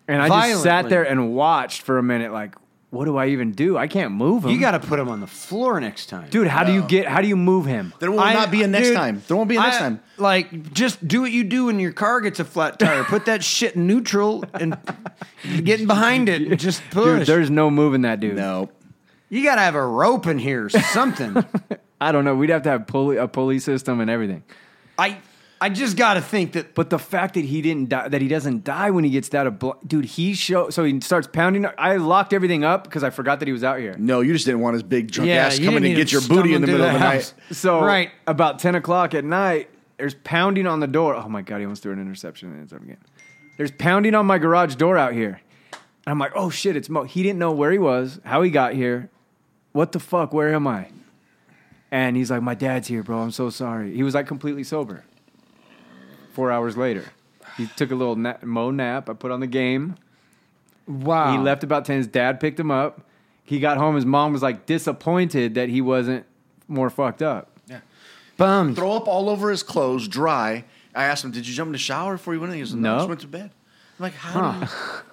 B: and I just sat
E: violently.
B: there and watched for a minute. Like, what do I even do? I can't move him.
E: you got to put him on the floor next time,
B: dude. How do you get? How do you move him?
A: there will
E: I-
A: not be a next
E: dude,
A: time. There won't be a next
E: I-
A: time.
E: Like, just do what you do when your car gets a flat tire. Put that shit in neutral and getting behind it. And just push.
B: Dude, there's no moving that dude.
A: No.
E: you got to have a rope in here, or something.
B: I don't know. We'd have to have poli- a police system and everything.
E: I I just got to think that
B: But the fact that he didn't die, that he doesn't die when he gets down to blo- dude, he show so he starts pounding. I locked everything up because I forgot that he was out here.
A: No, you just didn't want his big drunk ass
E: you
A: coming
E: didn't
A: and
E: need
A: get
E: to
A: your booty in the
E: stumble
A: middle of
E: into
A: the
E: the
A: night.
E: house.
B: So
E: Right.
B: about ten o'clock at night, there's pounding on the door. Oh my god, he almost threw an interception and it's up again. There's pounding on my garage door out here, and I'm like, oh shit, it's Mo. He didn't know where he was, how he got here, what the fuck, where am I? And he's like, my dad's here, bro. I'm so sorry. He was like completely sober. Four hours later, he took a little na- mo nap. I put on the game.
E: wow.
A: Oh.
B: He left about 10. His dad picked him up. He got home. His mom was like disappointed that he wasn't more fucked up.
E: bummed.
A: Throw up all over his clothes, dry. I asked him, "Did you jump in the shower before you went in?" He goes, "No,
B: No.
A: I just went to bed." I'm like, "How do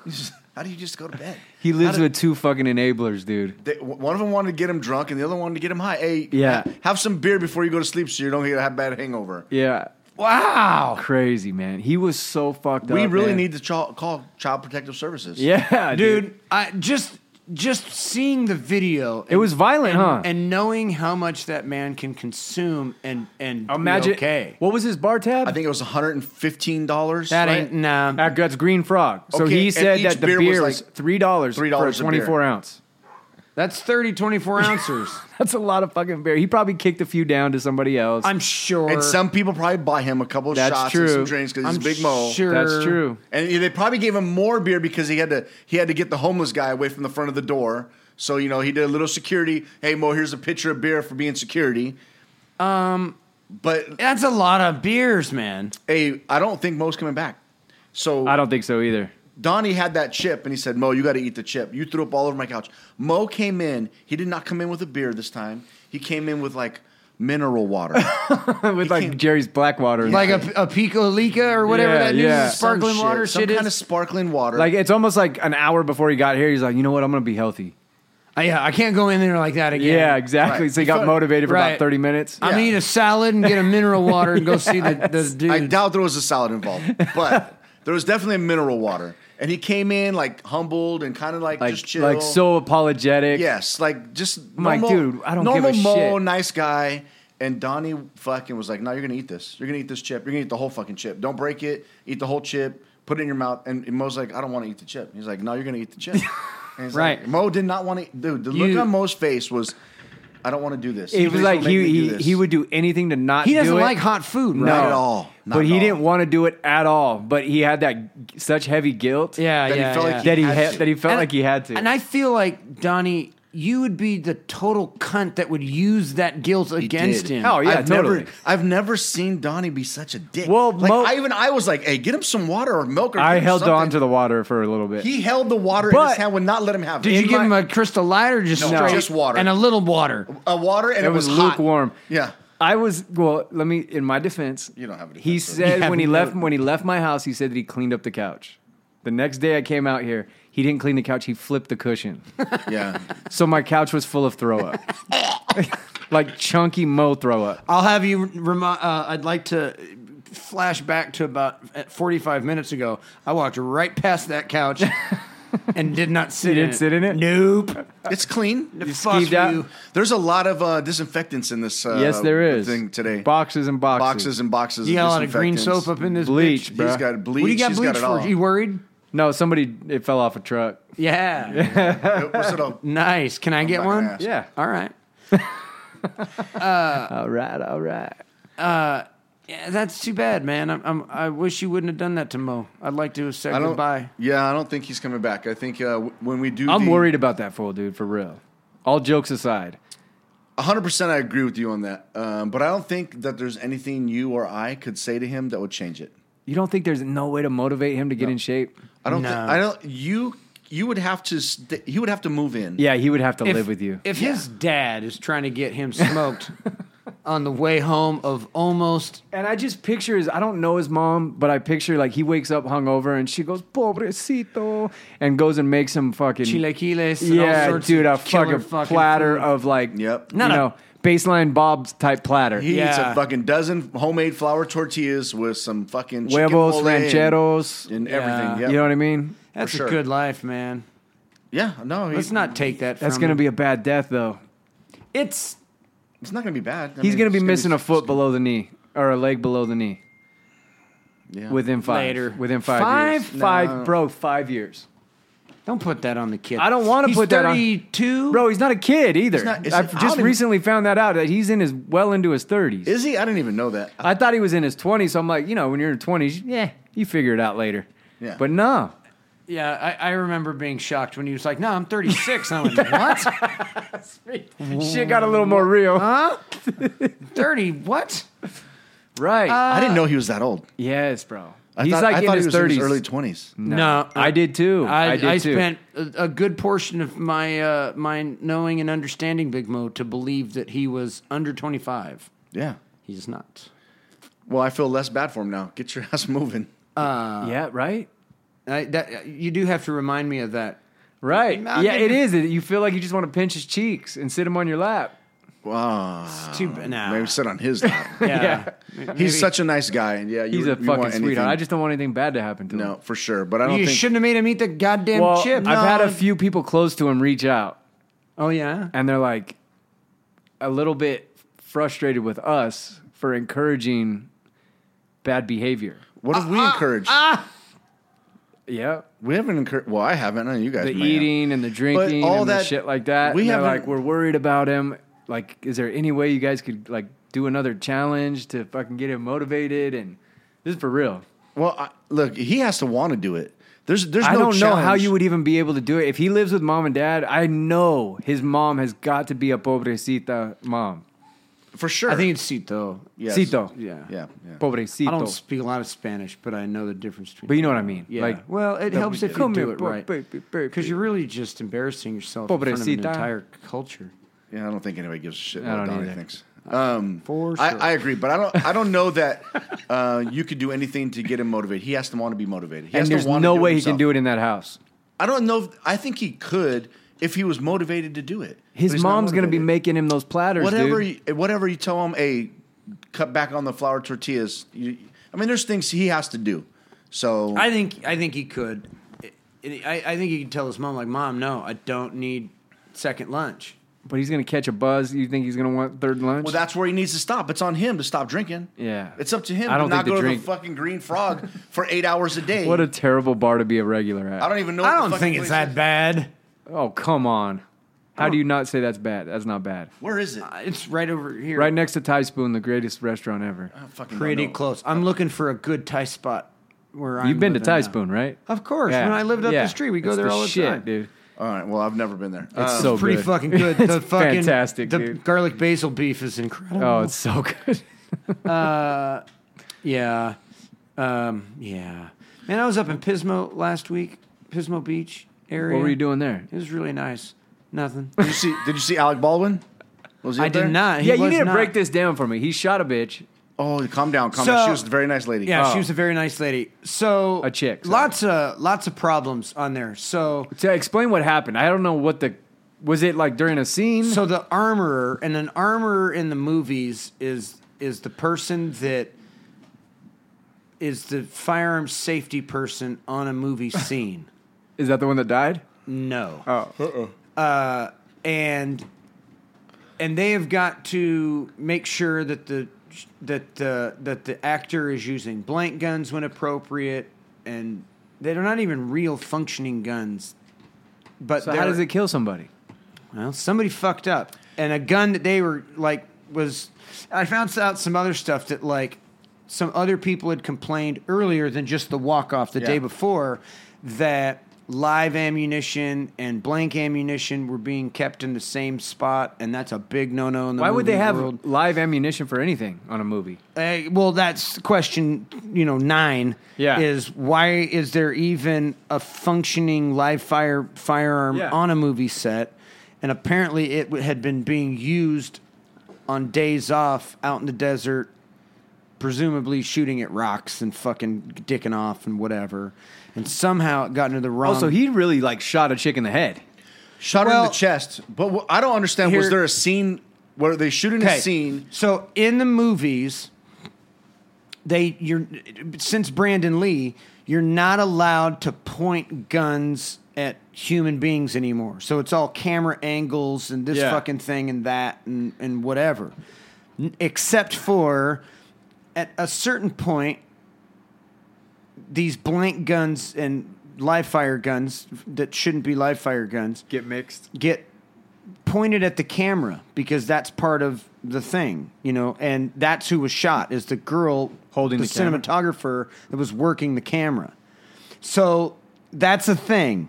A: you, how do you just go to bed?"
B: He lives
A: How do-
B: with two fucking enablers, dude.
A: They, w- one of them wanted to get him drunk, and the other wanted to get him high. Hey,
B: Yeah.
A: ha- have some beer before you go to sleep, so you don't get a bad hangover.
B: Yeah.
E: Wow.
B: Crazy, man. He was so fucked up.
A: we really
B: man.
A: need to ch- call Child Protective Services.
B: Yeah, dude.
E: dude. I just just seeing the video.
B: It was violent,
E: and,
B: huh?
E: And knowing how much that man can consume and and be
B: Imagine.
E: okay.
B: What was his bar tab?
A: I think it was 115 dollars.
E: That ain't nah.
B: Uh, that's Green Frog. So
A: Okay,
B: he
A: and
B: said
A: each
B: that the beer,
A: beer was
B: was
A: like
B: three dollars for a
A: $3 a beer.
B: twenty-four ounce.
E: That's 30, 24 ounces.
B: That's a lot of fucking beer. He probably kicked a few down to somebody else.
E: I'm sure.
A: And some people probably buy him a couple of
B: That's
A: shots
B: true.
A: and some drinks because he's
E: I'm
A: a big mo.
E: sure.
B: That's true.
A: And they probably gave him more beer because he had to he had to get the homeless guy away from the front of the door. So you know he did a little security. Hey Mo, here's a pitcher of beer for being security. Um, but
E: That's a lot of beers, man.
A: hey, I don't think Mo's coming back. So
B: I don't think so either.
A: Donnie had that chip and he said, Mo, you got to eat the chip. You threw up all over my couch. Mo came in. He did not come in with a beer this time. He came in with like mineral water.
B: With like
A: can't-
B: Jerry's Blackwater,
E: Like a, a pico lica or whatever
B: Yeah,
E: that new
B: yeah.
E: sparkling
A: Some
E: water
A: some
E: shit,
A: kind of
E: is.
A: sparkling water.
B: like it's almost like an hour before he got here. He's like, you know what? I'm gonna be healthy.
E: Uh, yeah, I can't go in there like that
B: Yeah,
E: again.
B: exactly.
A: Right.
B: So he got
A: Fuck.
B: motivated for about
E: Right.
B: thirty minutes.
E: I'm gonna
A: Yeah.
E: eat a salad and get a mineral water and go see the, the dude.
A: I doubt there was a salad involved, but there was definitely a mineral water. And he came in like humbled and kind of like,
B: like,
A: just chill.
B: like so apologetic.
A: Yes, like just
B: I'm like, dude, I don't give
A: normal
B: a
A: Mo,
B: shit.
A: nice guy. And Donnie fucking was like, "No, you're gonna eat this. You're gonna eat this chip. You're gonna eat the whole fucking chip. Don't break it. Eat the whole chip. Put it in your mouth." And Mo's like, "I don't want to eat the chip." He's like, "No, you're gonna eat the chip." And he's like-
B: Right.
A: Mo did not want to. Dude, the look
E: You-
A: on Mo's face was, "I don't want to do this."
B: It was
A: Please
B: like
A: don't make
B: he
A: me do
B: he,
A: this."
B: he would do anything to not.
E: he doesn't
B: do it.
E: like hot food, right?
A: Not at all. Not
B: but
A: at
B: he
A: all.
B: didn't want to do it at all. But he had that g- such heavy guilt.
E: Yeah,
A: That he
E: yeah,
A: felt
E: yeah.
A: like
B: That he
A: had
B: had,
A: to.
B: that he felt
E: And-
B: like he had to.
E: And I feel like Donnie, you would be the total cunt that would use that guilt against
A: did.
E: him.
B: Oh, yeah,
A: I've
B: totally.
A: never, I've never seen Donnie be such a dick.
B: Well,
A: like,
B: Mo-
A: I even I was like, "Hey, get him some water or milk." Or
B: I
A: give him
B: held on
A: something."
B: to the water for a little bit.
A: He held the water in
B: But-
A: his hand, would not let him have
E: Did
A: it.
E: you give him a crystal light or just
A: No,
E: straight?
A: just water.
E: and a little water.
A: a water, and
B: it,
A: it,
B: was,
A: hot.
B: lukewarm.
A: Yeah.
B: I was well. Let me. In my defense,
A: You don't have a
B: He
A: defense,
B: said
E: Yeah,
B: when he
E: me
B: left
E: neither.
B: when he left my house, he said that he cleaned up the couch. The next day I came out here, he didn't clean the couch. He flipped the cushion,
A: Yeah,
B: so my couch was full of throw up, like chunky mo throw up.
E: I'll have you. Remi- uh, I'd like to flash back to about 45 minutes ago. I walked right past that couch and did not sit.
B: You
E: in
B: didn't
E: it.
B: sit in it?
E: Nope.
A: it's clean.
E: Fuck
B: skeeved out?
E: you.
A: There's a lot of uh, disinfectants in this. Uh,
B: yes, there is
A: thing today.
B: Boxes and boxes.
A: boxes and boxes.
E: You got a lot of green
A: disinfectants.
E: soap up in this
B: Bleach,
E: bitch.
B: bruh.
A: He's got bleach.
E: What do you got
A: she's
E: bleach
A: it
E: for?
A: all.
E: You worried?
B: No, somebody it fell off a truck.
E: Yeah.
A: Was it a-
E: Nice. Can I get
A: not gonna
E: one?
A: ask.
B: Yeah.
E: All right.
B: All right. All right.
E: Yeah, that's too bad, man. I'm, I'm, I wish you wouldn't have done that to Mo. I'd like to have said
A: I don't.
E: goodbye.
A: Yeah, I don't think he's coming back. I think uh, w- when we do,
B: I'm
A: the-
B: worried about that fool, dude. For real. All jokes aside,
A: 100% I agree with you on that. Um, but I don't think that there's anything you or I could say to him that would change it.
B: you don't think there's no way to motivate him to get in shape?
A: I don't
E: No.
A: think I don't you you would have to st- he would have to move in.
B: Yeah, he would have to
E: If-
B: live with you.
E: If his dad is trying to get him smoked on the way home of almost
B: And I just picture his, I don't know his mom, but I picture like he wakes up hungover and she goes, pobrecito, and goes and makes him fucking.
E: chilaquiles, and all
B: yeah,
E: sorts
B: dude, a
E: of killer
B: fucking, platter
E: food.
B: of like,
A: Yep.
B: you
E: Not a-
B: know, baseline Bob's type platter.
A: He eats
E: Yeah.
A: a fucking dozen homemade flour tortillas with some fucking chicken
B: Huevos,
A: mole and-
B: rancheros. uh,
A: and,
E: Yeah.
A: everything. Yep.
B: You know what I mean?
E: That's
A: for sure.
E: a good life, man.
A: yeah, no, he,
E: Let's not take that.
B: That's
E: from
B: going to
E: him.
B: be a bad death, though.
E: It's
A: It's not going to be bad. I
B: He's
A: mean,
B: going to be
A: it's
B: missing a foot below the knee or a leg below the knee
A: yeah.
B: within five.
E: Later.
B: Within five.
E: Five?
B: Years. Five,
A: No.
B: bro. Five years.
E: Don't put that on the kid.
B: I don't wanna
E: He's
B: put that on-
E: 32.
B: Bro, he's not a kid either.
A: not- is
B: I've
A: it- I
B: just
A: don't even-
B: recently found that out that he's in his well into his thirties.
A: Is he? I didn't even know that.
B: I thought he was in his twenties, so I'm like, you know, when you're in your twenties, yeah, you figure it out later.
A: Yeah.
B: But no,
E: Yeah, I, I remember being shocked when he was like, "No, I'm 36." I went, "What?
B: shit got a little more real, huh?
E: 30? What?"
B: Right?
A: I didn't know he was that old.
B: yes, bro.
A: Uh, I
B: Uh, he's
A: thought,
B: like
A: I
B: in
A: thought
B: his
A: he was in
B: thirties,
A: his early twenties.
E: No,
B: I did too.
E: I,
B: I did
E: I
B: too.
E: spent a, a good portion of my uh, my knowing and understanding Big Mo to believe that he was under 25.
A: Yeah.
E: He's not.
A: Well, I feel less bad for him now. Get your ass moving.
B: yeah, right,
E: I, that you do have to remind me of that.
B: right.
E: I'll
B: yeah,
E: give
B: it is. You feel like you just want to pinch his cheeks and sit him on your lap.
A: Wow.
E: Too bad. Nah.
A: Ah, Maybe sit on his lap.
E: yeah.
A: He's such a nice guy, and yeah, you,
B: He's a
A: you
B: fucking
A: want
B: sweetheart.
A: anything-
B: I just don't want anything bad to happen to him.
A: no for sure, but I don't
E: You
A: think
E: shouldn't have made him eat the goddamn
B: Well,
E: chip.
B: I've had a few people close to him reach out,
E: Oh yeah.
B: and they're like a little bit frustrated with us for encouraging bad behavior.
A: What
B: Ah,
A: have we encouraged?
B: Yeah,
A: we haven't encouraged. Well, I haven't. I know you guys.
B: the
A: may have.
B: eating and the drinking
A: all
B: and the
A: that-
B: shit like that.
A: we
B: We have
A: haven't-
B: like we're worried about him. Like, is there any way you guys could like do another challenge to fucking get him motivated? And this is for real.
A: Well, I, look, he has to want to do it. There's, there's.
B: I
A: no
B: don't know how
A: challenge.
B: you would even be able to do it if he lives with mom and dad. I know his mom has got to be a pobrecita mom.
A: for sure.
E: I think it's Cito.
A: Yes.
B: Cito.
E: Yeah.
A: Yeah. yeah.
B: Pobrecito.
E: I don't speak a lot of Spanish, but I know the difference between.
B: But you know what I mean.
E: Yeah.
B: Like,
E: well, it
B: the-
E: helps if you
B: come
E: do
B: here,
E: it
B: po-
E: right.
B: baby, baby.
E: Because you're really just embarrassing yourself in front of an
B: Pobrecita.
E: entire culture.
A: Yeah, I don't think anybody gives a shit
B: I
A: what
B: don't
A: Donnie
B: either.
A: thinks. Um,
E: For
A: I,
E: sure.
A: I agree, but I don't. I don't know that uh, you could do anything to get him motivated. He has to want to be motivated. He has
B: and
A: to
B: there's
A: want
B: no
A: to do
B: way he
A: himself.
B: can do it in that house.
A: I don't know. If, I think he could if he was motivated to do it. But
B: His
A: he's not
B: mom's gonna be
A: motivated.
B: making him those platters,
A: whatever.
B: dude.
A: You, whatever you tell him, hey, cut back on the flour tortillas. You, I mean, there's things he has to do. So
E: I think I think he could. I- I, I think he could tell his mom like, "Mom, no, I don't need second lunch."
B: but he's gonna catch a buzz. You think he's gonna want third lunch?
A: Well, that's where he needs to stop. It's on him to stop drinking.
B: Yeah.
A: It's up to him
B: I don't
A: to not
B: think
A: go
B: the
A: to
B: drink-
A: the fucking Green Frog for eight hours a day.
B: what a terrible bar to be a regular at.
A: I don't even know.
E: I
A: what the
E: don't
A: fucking
E: think it's
A: place
E: that
A: is.
E: bad.
B: oh come on! How do you not say that's bad? That's not bad.
A: Where is it? I
E: Uh, It's right over here,
B: Right next to Thai Spoon, the greatest restaurant ever.
A: fucking don't
E: pretty
A: know.
E: close. I'm looking for a good Thai spot where I'm.
B: You've been to
E: living
B: Thai
E: now.
B: Spoon, right?
E: Of course, when I lived up
B: Yeah.
E: the street, we go
B: It's
E: there all the
B: shit,
E: time. Uh,
B: dude.
A: All right. Well, I've never been there.
B: It's
A: Um,
B: so
E: Pretty
B: good.
E: fucking good. The
B: It's
E: fucking
B: fantastic,
E: The
B: dude.
E: garlic basil beef is incredible.
B: Oh, it's so good.
E: Yeah. Um, yeah. Man, I was up in Pismo last week, Pismo Beach area.
B: what were you doing there?
E: It was really nice. Nothing.
A: did you see? Did you see Alec Baldwin? Was he
E: I
A: up there?
E: did not. He
B: yeah, you
E: was
B: need to
E: not.
B: break this down for me. He shot a bitch.
A: Oh, calm down, calm
E: So-
A: down. She was a very nice lady.
E: Yeah,
B: Oh.
E: she was a very nice lady. So
B: A chick, sorry.
E: Lots of lots of problems on there. So
B: To explain what happened, I don't know what the was it like during a scene.
E: so the armorer and an armorer in the movies is is the person that is the firearms safety person on a movie scene.
B: Is that the one that died?
E: No. Uh,
B: Oh,
E: and and they have got to make sure that the that the that the actor is using blank guns when appropriate, and they're not even real functioning guns. But
B: so
E: they're-
B: how does it kill somebody?
E: Well, somebody fucked up, and a gun that they were like was. I found out some other stuff that like some other people had complained earlier than just the walk off the
A: Yeah.
E: day before that live ammunition and blank ammunition were being kept in the same spot, and that's a big no no in the
B: Why would they
E: movie
B: have
E: world.
B: live ammunition for anything on a movie?
E: Uh, well, that's question, you know, nine.
B: Yeah.
E: Is why is there even a functioning live fire firearm
B: Yeah.
E: on a movie set? And apparently it w- had been being used on days off out in the desert, presumably shooting at rocks and fucking dicking off and whatever. And somehow it got into the wrong.
B: Also, Oh, he really like shot a chick in the head.
A: Shot her in
E: Well-
A: the chest. But wh- I don't understand. was
E: Here-
A: there a scene where they shooting
E: Okay.
A: a scene?
E: So in the movies, they you're since Brandon Lee, you're not allowed to point guns at human beings anymore. So it's all camera angles and this
B: Yeah.
E: fucking thing and that and, and whatever. N- Except for at a certain point, these blank guns and live fire guns that shouldn't be live fire guns
B: Get mixed.
E: get pointed at the camera because that's part of the thing, you know, and that's who was shot is the girl
B: Holding
E: the,
B: the camera.
E: cinematographer that was working the camera. So that's a thing.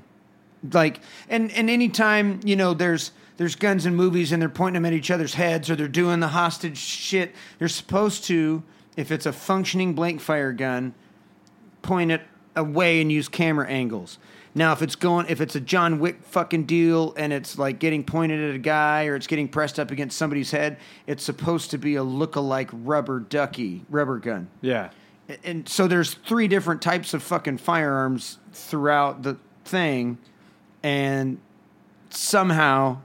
E: Like and and anytime, you know, there's there's guns in movies and they're pointing them at each other's heads or they're doing the hostage shit, they're supposed to if it's a functioning blank fire gun point it away and use camera angles. Now, if it's going, if it's a John Wick fucking deal and it's like getting pointed at a guy or it's getting pressed up against somebody's head, it's supposed to be a look-alike rubber ducky rubber gun.
B: Yeah.
E: And- And so there's three different types of fucking firearms throughout the thing, and somehow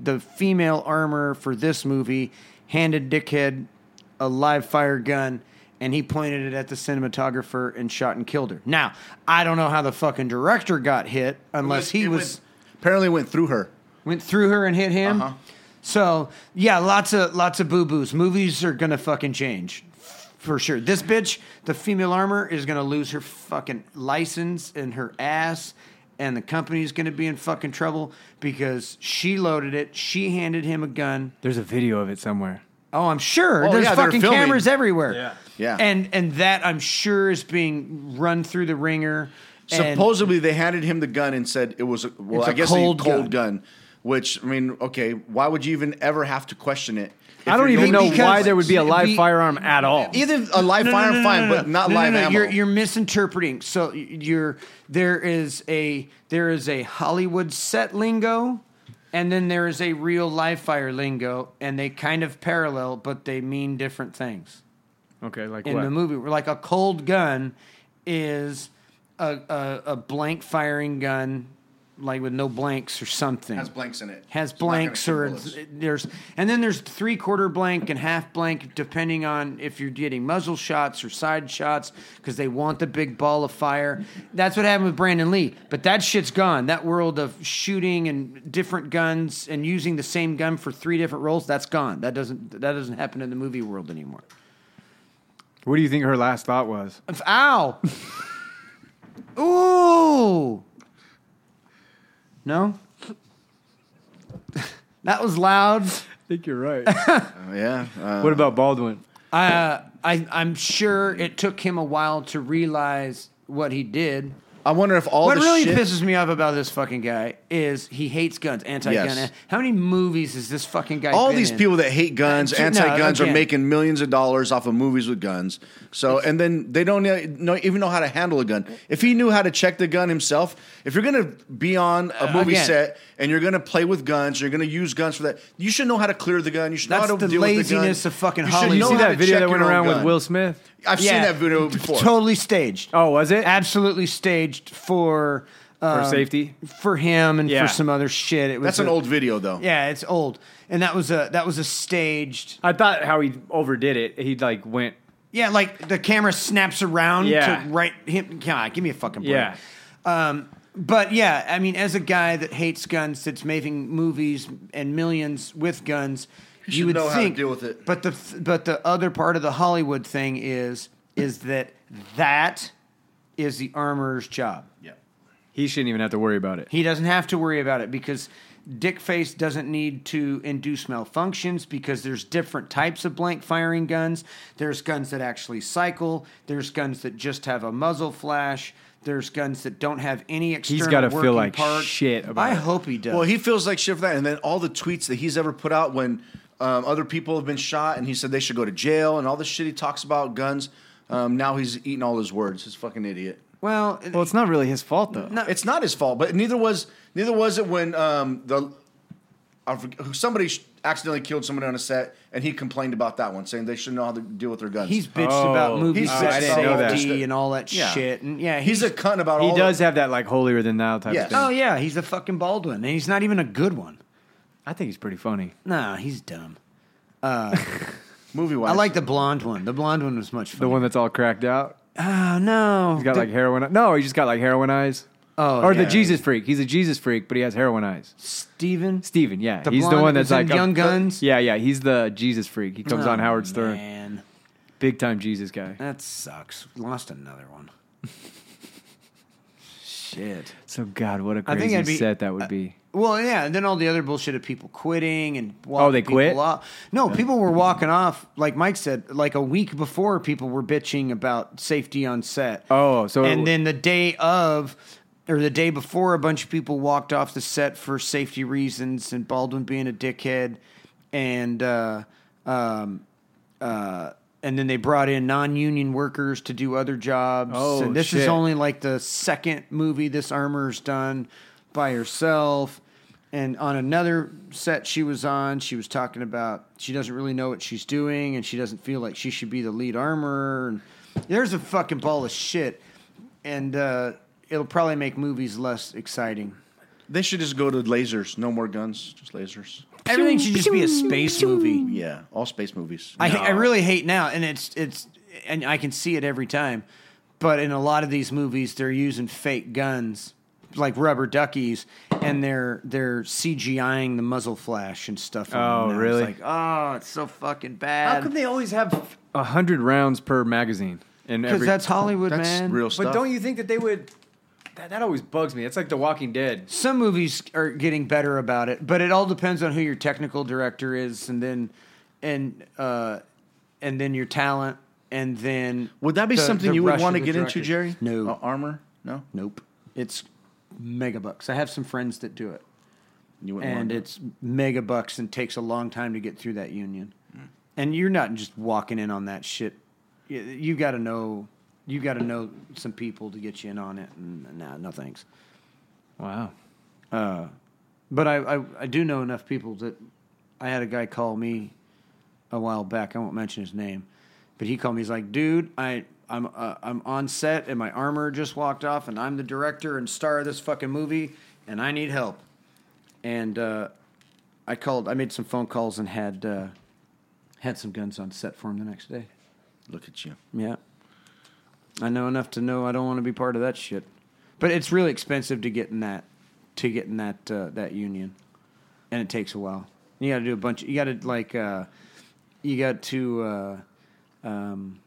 E: the female armor for this movie handed Dickhead a live fire gun and he pointed it at the cinematographer and shot and killed her. Now, I don't know how the fucking director got hit unless
A: It
E: he
A: went-
E: was
A: apparently went through her.
E: went through her and hit him.
A: Uh-huh.
E: So yeah, lots of lots of boo boos. Movies are gonna fucking change for sure. This bitch, the female armor, is gonna lose her fucking license and her ass, and the company's gonna be in fucking trouble because she loaded it. She handed him a gun.
B: There's a video of it somewhere.
E: Oh, I'm sure.
A: Oh,
E: There's
A: yeah, they're
E: fucking
A: filming.
E: cameras everywhere.
B: Yeah.
A: Yeah.
E: And and that I'm sure is being run through the ringer. and-
A: Supposedly, they handed him the gun and said it was a, well,
E: It's
A: I
E: a
A: guess
E: cold
A: a cold gun. Which I mean, okay, why would you even ever have to question it? if
B: I don't
A: you're going
B: even know
A: to-
E: because-
B: why there would be a live
E: be-
B: firearm at all.
A: either a live
E: No, no,
A: fire,
E: no, no,
A: fine,
E: no, no.
A: but not
E: No, no,
A: live
E: no.
A: ammo.
E: You're, you're misinterpreting. So y- you're there is a there is a Hollywood set lingo, and then there is a real live fire lingo, and they kind of parallel, but they mean different things
B: Okay, like
E: in
B: what?
E: the movie. Like a cold gun is a, a a blank firing gun, like with no blanks or something
A: has blanks in it.
E: has
A: It's not gonna
E: blanks
A: shoot
E: or
A: bullets.
E: there's and then there's three quarter blank and half blank depending on if you're getting muzzle shots or side shots because they want the big ball of fire that's what happened with brandon lee but that shit's gone that world of shooting and different guns and using the same gun for three different roles that's gone that doesn't that doesn't happen in the movie world anymore
B: What do you think her last thought was?
E: ow ooh no that was loud
B: I think you're right.
A: yeah. Uh,
B: what about Baldwin?
E: Uh, I, I'm sure it took him a while to realize what he did.
A: I wonder if all
E: What
A: the
E: really
A: shit,
E: pisses me off about this fucking guy is he hates guns, anti-gun.
A: Yes.
E: How many movies has this fucking guy?
A: all
E: been
A: these
E: in?
A: people that hate guns,
E: Uh, no,
A: anti-guns, are
E: again.
A: making millions of dollars off of movies with guns. So, and then they don't know, know- even know how to handle a gun. If he knew how to check the gun himself, if you're going to be on a movie
E: Uh, again.
A: set and you're going to play with guns, you're going to use guns for that. You should know how to clear the gun. You should
E: That's
A: know how to
E: the
A: deal with
E: laziness
A: the gun.
E: of fucking
A: You should
E: Hollywood.
A: know
E: You
B: See
A: how
B: that
A: to
B: video
A: check
B: that went
A: your own
B: around with
A: gun.
B: Will Smith?
A: I've seen that video before.
E: Totally staged.
B: Oh, was it?
E: absolutely staged for um,
B: safety?
E: for him and
B: Yeah.
E: for some other shit. It was
A: That's an
E: a-
A: old video though.
E: Yeah, it's old, and that was a that was a staged.
B: I thought how he overdid it. He like went.
E: Yeah, like the camera snaps around
B: Yeah.
E: to right him. God, give me a fucking break.
B: Yeah.
E: Um, but yeah, I mean, as a guy that hates guns, that's making movies and millions with guns, you,
A: should
E: would
A: know how to
E: think.
A: deal with it.
E: But the but the other part of the Hollywood thing is is that that is the armorer's job.
B: He shouldn't even have to worry about it.
E: He doesn't have to worry about it because Dickface doesn't need to induce malfunctions because there's different types of blank firing guns. There's guns that actually cycle. There's guns that just have a muzzle flash. There's guns that don't have any external.
B: gotta
E: working
B: feel like
E: part.
B: shit about
E: I
B: it.
E: hope he does.
A: Well, he feels like shit for that. And then all the tweets that he's ever put out when um, other people have been shot, and he said they should go to jail, and all the shit he talks about guns. Um, now he's eating all his words. He's a fucking idiot.
E: well,
B: Well, it's not really his fault though.
E: No.
A: It's not his fault, but neither was neither was it when um, the I forg- somebody sh- accidentally killed somebody on a set, and he complained about that one, saying they should know how to deal with their guns.
E: he's bitched
B: Oh,
E: about movie
A: he's
E: set
A: bitched about
E: safety
A: that.
E: and all that
A: Yeah.
E: shit. And yeah,
A: he's, a cunt about all.
B: He does
A: the-
B: have that like holier than thou type
A: Yes.
B: thing.
E: oh yeah, he's a fucking Baldwin, and he's not even a good one.
B: I think he's pretty funny.
E: Nah, he's dumb.
A: movie wise.
E: I like the blonde one. The blonde one was much fun.
B: The one that's all cracked out.
E: Oh no!
B: He's got e-,
E: The-
B: like heroin. No, he just got like heroin eyes.
E: Oh,
B: or
E: yeah.
B: the Jesus freak. He's a Jesus freak, but he has heroin eyes.
E: Steven.
B: Steven, yeah,
E: The
B: he's the
E: blonde
B: one
E: that was
B: that's like
E: in Young
B: uh,
E: Guns?
B: Yeah, yeah, he's the Jesus freak. He comes on
E: Oh,
B: Howard Stern,
E: Man,
B: big time Jesus guy.
E: that sucks. Lost another one. Shit.
B: So God, what a
E: I
B: crazy
E: think I'd be-
B: set that would be.
E: Well, yeah, and then all the other bullshit of people quitting and walking
B: they
E: people
B: quit?
E: off. No, people were walking off. Like Mike said, like a week before, people were bitching about safety on set.
B: Oh, so
E: and
B: it-
E: then the day of, or the day before, a bunch of people walked off the set for safety reasons, and Baldwin being a dickhead, and uh, um, uh, and then they brought in non-union workers to do other jobs.
B: Oh,
E: and this is
B: shit.
E: only like the second movie this armor's done by herself. And on another set she was on, she was talking about she doesn't really know what she's doing and she doesn't feel like she should be the lead armorer. And there's a fucking ball of shit. And uh, it'll probably make movies less exciting.
A: They should just go to lasers. No more guns, just lasers.
E: Everything should just be a space movie.
A: Yeah, all space movies.
E: I, I really hate now, and it's it's and I can see it every time. But in a lot of these movies, they're using fake guns like rubber duckies, and they're they're CGIing the muzzle flash and stuff. on them
B: Oh,
E: now.
B: really?
E: It's like, oh, it's so fucking bad.
B: how come they always have a hundred rounds per magazine? And
E: Because
B: every
E: that's Hollywood,
A: That's
E: man.
A: real stuff.
B: but don't you think that they would? That, that always bugs me. It's like The Walking Dead.
E: Some movies are getting better about it, but it all depends on who your technical director is, and then and uh, and then your talent, and then
A: Would that be
E: the-
A: something
E: the
A: you would
E: rush
A: want to
E: of the
A: get
E: director.
A: into, Jerry?
E: No.
A: Uh, armor? No.
E: Nope. It's mega bucks. I have some friends that do it,
A: You wouldn't
E: and
A: wanna do
E: it's mega bucks and takes a long time to get through that union.
A: Hmm.
E: And you're not just walking in on that shit. You, you got to know. You got to know some people to get you in on it. And nah, no thanks. Uh,
B: Wow.
E: But I, I, I do know enough people that I had a guy call me a while back. I won't mention his name, but he called me. He's like, dude, I, I'm, uh, I'm on set and my armor just walked off and I'm the director and star of this fucking movie and I need help. And, uh, I called, I made some phone calls and had, uh, had some guns on set for him the next day.
A: it. Look at you.
E: Yeah. I know enough to know I don't want to be part of that shit. But it's really expensive to get in that to get in that uh, that union. And it takes a while. You got to do a bunch you got to like uh you got to uh um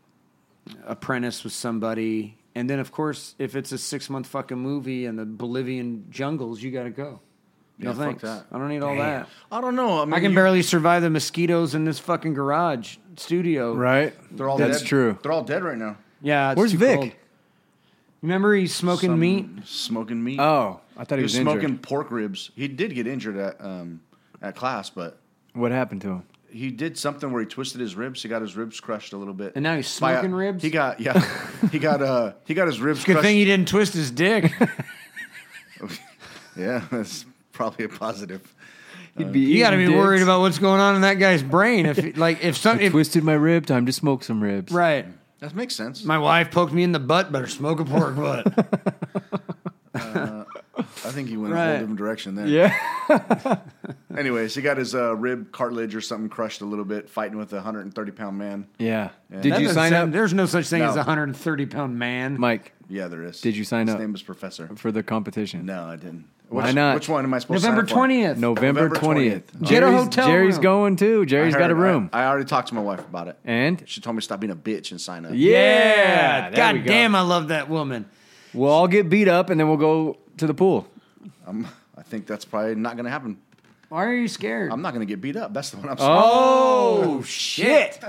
E: apprentice with somebody and then of course if it's a 6 month fucking movie in the Bolivian jungles, you got to go.
A: Yeah,
E: no
A: fuck
E: thanks.
A: that.
E: I don't need all that.
A: I don't know. I mean,
E: I can
A: you-
E: barely survive the mosquitoes in this fucking garage studio.
B: Right.
A: They're all
B: That's
A: dead.
B: true.
A: They're all dead right now.
E: Yeah, it's
B: Where's
E: too
B: Vic?
E: cold. Remember he's smoking
A: Some-
E: meat?
A: Smoking meat.
B: Oh, I thought
A: he
B: he
A: was
B: was,
A: smoking
B: injured.
A: pork ribs. He did get injured at um, at class, but
B: What happened to him?
A: he did something where he twisted his ribs. He got his ribs crushed a little bit.
E: And now he's
A: By a-
E: smoking ribs?
A: He got yeah. he got uh he got his ribs
E: Good
A: crushed.
E: thing he didn't twist his dick.
A: yeah, that's probably a positive.
E: you got to be worried about what's going on in that guy's brain. If like if some
B: I
E: if,
B: twisted my rib. Time to smoke some ribs.
E: right,
A: That makes sense.
E: my wife poked me in the butt. Better smoke a pork butt.
A: I think he went a
E: Right.
A: whole different direction there.
B: Yeah.
A: Anyways, he got his uh, rib cartilage or something crushed a little bit fighting with a 130 pound man.
B: Yeah.
A: That
B: Did you
E: That
B: sign
E: doesn't-
B: up,
E: There's no such thing
A: No.
E: as a 130 pound man.
B: Mike,
A: Yeah, there is.
B: Did you sign
A: his
B: up?
A: His name was Professor.
B: for the competition?
A: No, I didn't.
B: Why
A: Which-
B: not?
A: Which one am I supposed
E: November
A: to sign up for?
E: 20th.
B: November
A: November
B: twentieth.
A: 20th.
E: Get a hotel
B: Jerry's
E: room.
B: going too.
A: I
B: Jerry's
A: heard-
B: got a room.
A: I, I already talked to my wife about it.
B: and
A: She told me to stop being a bitch and sign up.
B: yeah, there we
E: God
B: go.
E: damn, I love that woman.
B: We'll all get beat up and then we'll go to the pool.
A: Um, I think that's probably not going to happen.
E: Why are you scared?
A: I'm not going to get beat up. That's the one I'm
E: oh shit!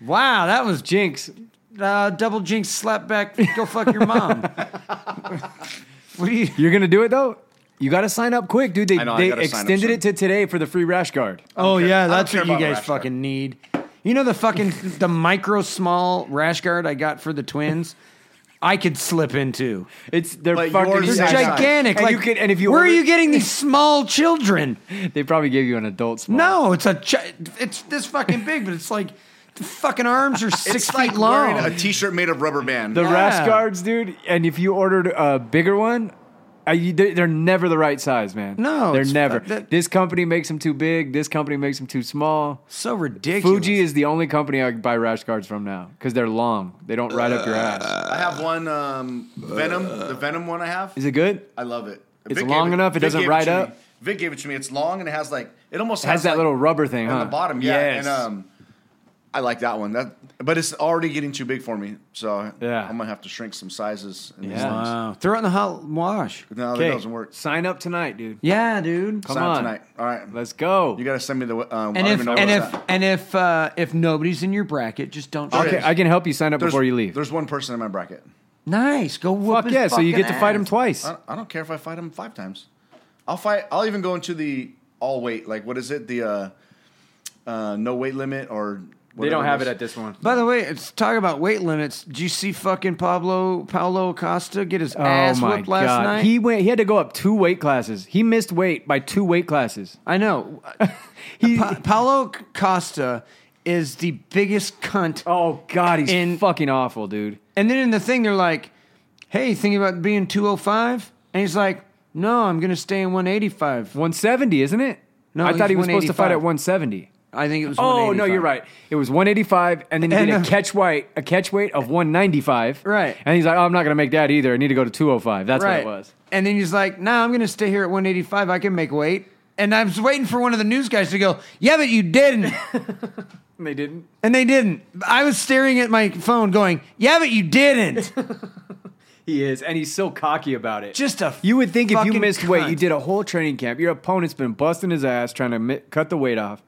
E: wow, that was
B: Jinx.
E: uh, double jinx slap back. Go fuck your mom. what do you?
B: You're gonna do it though. You got to sign up quick, dude. They,
A: I know, I
B: they
A: gotta sign up
B: extended
A: soon.
B: it to today for the free rash guard.
E: Oh
A: care- I
E: yeah,
A: don't
E: that's
A: care
E: what you
A: about a
E: guys
A: rash guard.
E: fucking need. You know the fucking the micro small rash guard I got for the twins. I could slip into.
B: It's they're
A: But
B: fucking
A: yours
E: They're
A: is Yeah,
B: gigantic.
E: gigantic.
B: And
E: like,
B: you could- and if you
E: where
B: order-
E: are you getting these small children?
B: They probably gave you an adult small.
E: No, it's a chi- it's this fucking big, but it's like the fucking arms are six feet
A: like
E: long.
A: wearing a t-shirt made of rubber band.
B: the
E: Yeah.
B: rash guards, dude. And if you ordered a bigger one, I, you- they're, they're never the right size, man.
E: No,
B: they're
E: it's-
B: never.
E: that-
B: this company makes them too big. This company makes them too small.
E: So ridiculous.
B: Fuji is the only company I buy rash guards from now because they're long. They don't ride up your ass.
A: I have one um, Venom, the Venom one I have.
B: Is it good?
A: I love it.
B: It's
A: Vic
B: long
A: gave
B: enough, it
A: Vic
B: doesn't
A: gave
B: ride
A: to
B: up?
A: Me. Vic gave it to me. It's long and it has like it almost
B: It has that
A: like,
B: little rubber thing
A: on
B: huh?
A: the bottom. Yeah, and um, I like that one. That, but it's already getting too big for me, so
B: Yeah.
A: I'm gonna have to shrink some sizes. In
B: Yeah.
A: these
E: Wow. Throw it in the hot wash.
A: things. No, that
B: Okay,
A: doesn't work.
B: Sign up tonight, dude.
E: Yeah, dude.
B: Come
A: Sign
B: on.
A: tonight. All right,
B: Let's go.
A: You gotta send me the. Um,
E: And
A: I don't
E: if
A: even know
E: and
A: what's
E: if
A: that.
E: and if uh, if nobody's in your bracket, just don't.
A: Okay.
E: shit.
B: I can help you sign up
A: There's-
B: before you leave.
A: there's one person in my bracket.
E: Nice. Go whoop
B: Fuck
E: his
B: yeah! So you
E: fucking
B: get to fight him
E: ass.
B: twice.
A: I don't, I don't care if I fight him five times. I'll fight. I'll even go into the all weight. Like what is it? The uh, uh, no weight limit or whatever is.
B: this one.
E: By the way, it's talk about weight limits. Did you see fucking Pablo Paulo Costa get his
B: Oh
E: ass
B: my
E: whipped last
B: god!
E: night?
B: He went. He had to go up two weight classes. He missed weight by two weight classes.
E: I know.
B: He-
E: Pa- Paulo Costa is the biggest cunt.
B: Oh god, he's
E: And-
B: fucking awful, dude.
E: And then in the thing, they're like, "Hey, thinking about being 205?" And he's like, "No, I'm gonna stay in 185."
B: 170, isn't it?
E: No,
B: I
E: he's
B: thought he was supposed to fight at
E: 185.
B: 170.
E: I think it was.
B: Oh no,
E: 185.
B: you're right. It was 185, and then he
E: And,
B: did
E: uh,
B: a catch weight, a catch weight of 195.
E: Right.
B: And he's like, oh, I'm not gonna make that either. I need to go to 205. That's
E: right.
B: what it was.
E: And then he's like, "Nah, I'm gonna stay here at 185. I can make weight." And I was waiting for one of the news guys to go, "Yeah, but you didn't."
B: And they didn't.
E: And they didn't. I was staring at my phone going, yeah, but you didn't.
B: He is, and he's so cocky about it.
E: Just a
B: You would think if you
E: fucking
B: missed weight,
E: cunt.
B: you did a whole training camp. Your opponent's been busting his ass trying to mi- cut the weight off.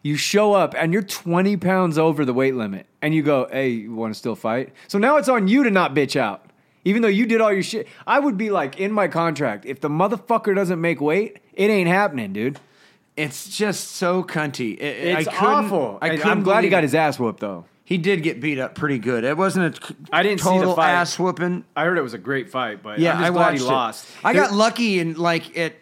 B: You show up and you're 20 pounds over the weight limit, and you go, "Hey, you want to still fight?" So now it's on you to not bitch out, even though you did all your shit. I would be like, in my contract, if the motherfucker doesn't make weight, it ain't happening, dude.
E: It's just so cunty. I- I-
B: It's
E: I couldn't-
B: awful.
E: I
B: I
E: couldn't
B: am glad he
E: believe
B: got
E: it.
B: his ass whooped though.
E: He did get beat up pretty good. It wasn't a c-
B: I didn't see the
E: total
B: fight.
E: ass whooping.
B: I heard it was a great fight, but
E: Yeah, I watched it. I got lucky and like at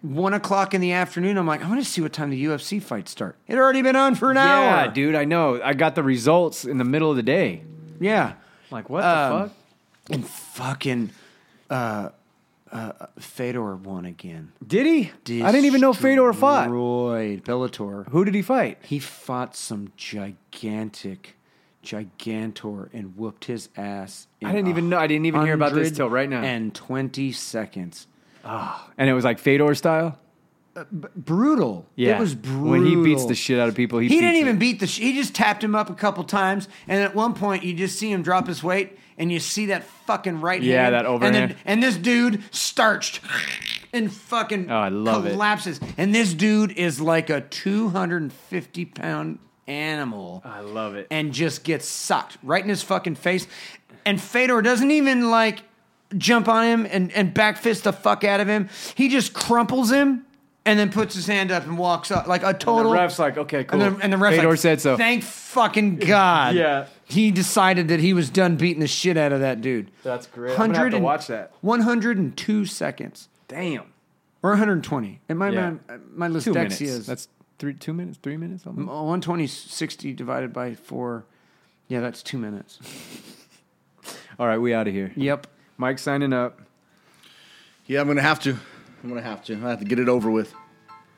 E: one o'clock in the afternoon, I'm like, I'm going to see what time the UFC fights start. It had already been on for an
B: Yeah,
E: hour.
B: dude, I know. I got the results in the middle of the day.
E: Yeah.
B: Like what the
E: Um,
B: fuck?
E: And fucking uh, uh, Fedor won again.
B: Did he? I didn't even know Fedor fought.
E: Destroyed Bellator.
B: Who did he fight?
E: He fought some gigantic gigantor and whooped his ass. In
B: I didn't even know- I didn't even hear about this till right now.
E: And twenty seconds.
B: And it was like Fedor style.
E: Brutal.
B: Yeah,
E: it was brutal.
B: When he beats the shit out of people, he,
E: He didn't
B: beats
E: even
B: it.
E: beat the. Sh- he just tapped him up a couple times, and at one point you just see him drop his weight, and you see that fucking right
B: Yeah,
E: hand.
B: that
E: And,
B: overhand.
E: then, and this dude starched and fucking
B: Oh, I love it.
E: collapses. And this dude is like a two hundred and fifty pound animal.
B: I love it.
E: and just gets sucked right in his fucking face. And Fedor doesn't even like jump on him and, and back fist the fuck out of him. He just crumples him and then puts his hand up and walks up like a total.
B: ref's like, "Okay, cool."
E: And the, and the ref's
B: Fedor
E: like,
B: said so.
E: Thank fucking God.
B: Yeah.
E: He decided that he was done beating the shit out of that dude.
B: That's great. I'm gonna have to watch that.
E: 102 seconds.
B: Damn.
E: Or 120. And my,
B: Yeah.
E: my, my
B: Two minutes.
E: dyslexia is.
B: That's three, two minutes, three minutes. something?
E: Oh, 120 60 divided by 4. Yeah, that's two minutes.
B: All right, we out of here.
E: Mm-hmm. Yep.
B: Mike signing up.
A: Yeah, I'm gonna have to. I'm gonna have to. I have to get it over with.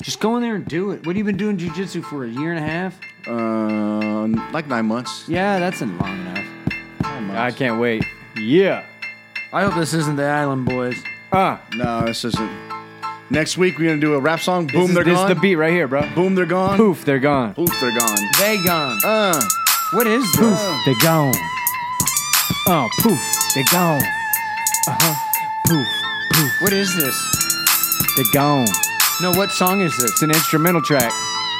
E: Just go in there and do it. What have you been doing jujitsu for? A year and a half?
A: Uh, like nine months.
E: Yeah, that's in long enough.
B: I can't wait. Yeah.
E: I hope this isn't the Island Boys.
B: Ah,
A: No, this isn't. Next week we're gonna do a rap song. Boom,
B: this is,
A: they're
B: this
A: gone.
B: is the beat right here, bro.
A: Boom, they're gone.
B: Poof, they're gone.
A: Poof, they're gone.
E: They gone.
A: Uh,
E: What is this?
H: They gone.
B: Uh,
H: Oh, poof. They gone.
B: Uh-huh.
E: What is this?
B: They're gone.
E: No, what song is this?
B: It's an instrumental track.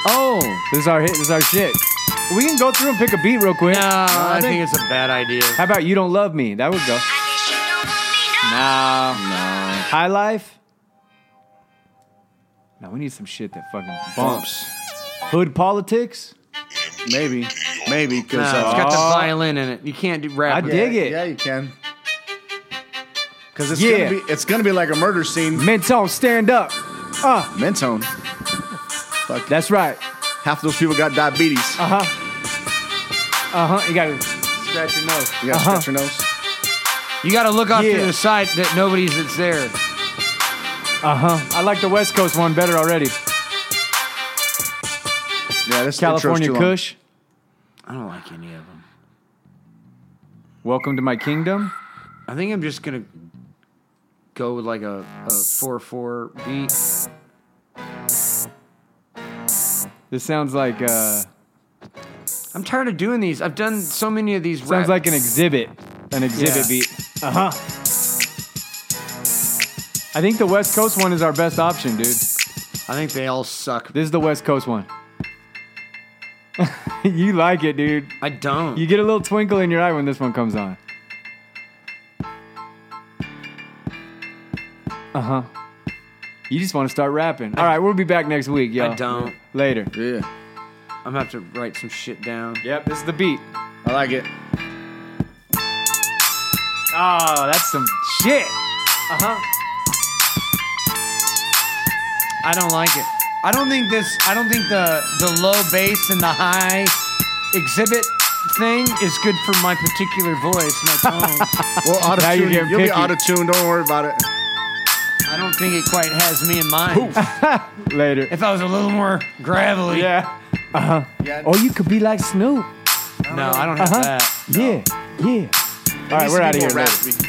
E: Oh,
B: This is our hit. This is our shit. We can go through and pick a beat real quick.
E: no, I,
B: I
E: think,
B: think-
E: it's a bad idea.
B: How about you don't love me? That would go. No, no. High life. No, we need some shit that fucking bumps.
A: bumps.
B: Hood politics.
A: Maybe, maybe
E: No,
A: because
E: it's
A: uh, Oh,
E: got the
B: Oh.
E: violin in it. You can't do rap.
B: I
E: with
B: did.
E: it.
B: dig it.
A: Yeah, you can. Because it's gonna
B: Yeah.
A: be it's gonna be like a murder scene.
B: Mental stand up. Uh,
A: Mentone.
B: that's right.
A: Half those people got diabetes.
B: Uh huh. Uh huh. You gotta scratch your nose.
A: You gotta
B: Uh-huh.
A: scratch your nose.
E: You got to look off
B: Yeah.
E: to the side that nobody's that's there.
B: Uh huh. I like the West Coast one better already.
A: Yeah, this intro's
B: California
A: too long.
B: Kush.
E: I don't like any of them.
B: Welcome to my kingdom.
E: I think I'm just gonna go with like a, a four four beat.
B: This sounds like uh,
E: I'm tired of doing these. I've done so many of these.
B: sounds like an exhibit, an exhibit
E: Yeah.
B: beat. Uh huh. I think the West Coast one is our best option, dude. This
E: I think they all suck.
B: is the West Coast one. you like it, dude.
E: I don't.
B: You get a little twinkle in your eye when this one comes on. Uh huh. You just want to start rapping. All right, we'll be back next week, y'all.
E: I don't.
B: Later.
A: Yeah,
E: I'm gonna have to write some shit down.
B: Yep, this is the beat.
A: I like it.
B: Oh, that's some shit. Uh huh. I don't like it.
E: I don't think this. I don't think the the low bass and the high exhibit thing is good for my particular voice, my tone.
A: Well, auto
B: Now you're
A: tune. You'll
B: getting
A: be
B: picky.
A: auto tuned. Don't worry about it.
E: I don't think it quite has me in mind.
B: Later.
E: If I was a little more gravelly,
B: yeah. Oh,
A: Yeah.
H: Or you could be like Snoop.
E: no, I don't have
H: Uh-huh.
E: that.
H: Yeah, yeah.
B: All right, we're out of here.
A: Rap.
B: Later.
A: We can-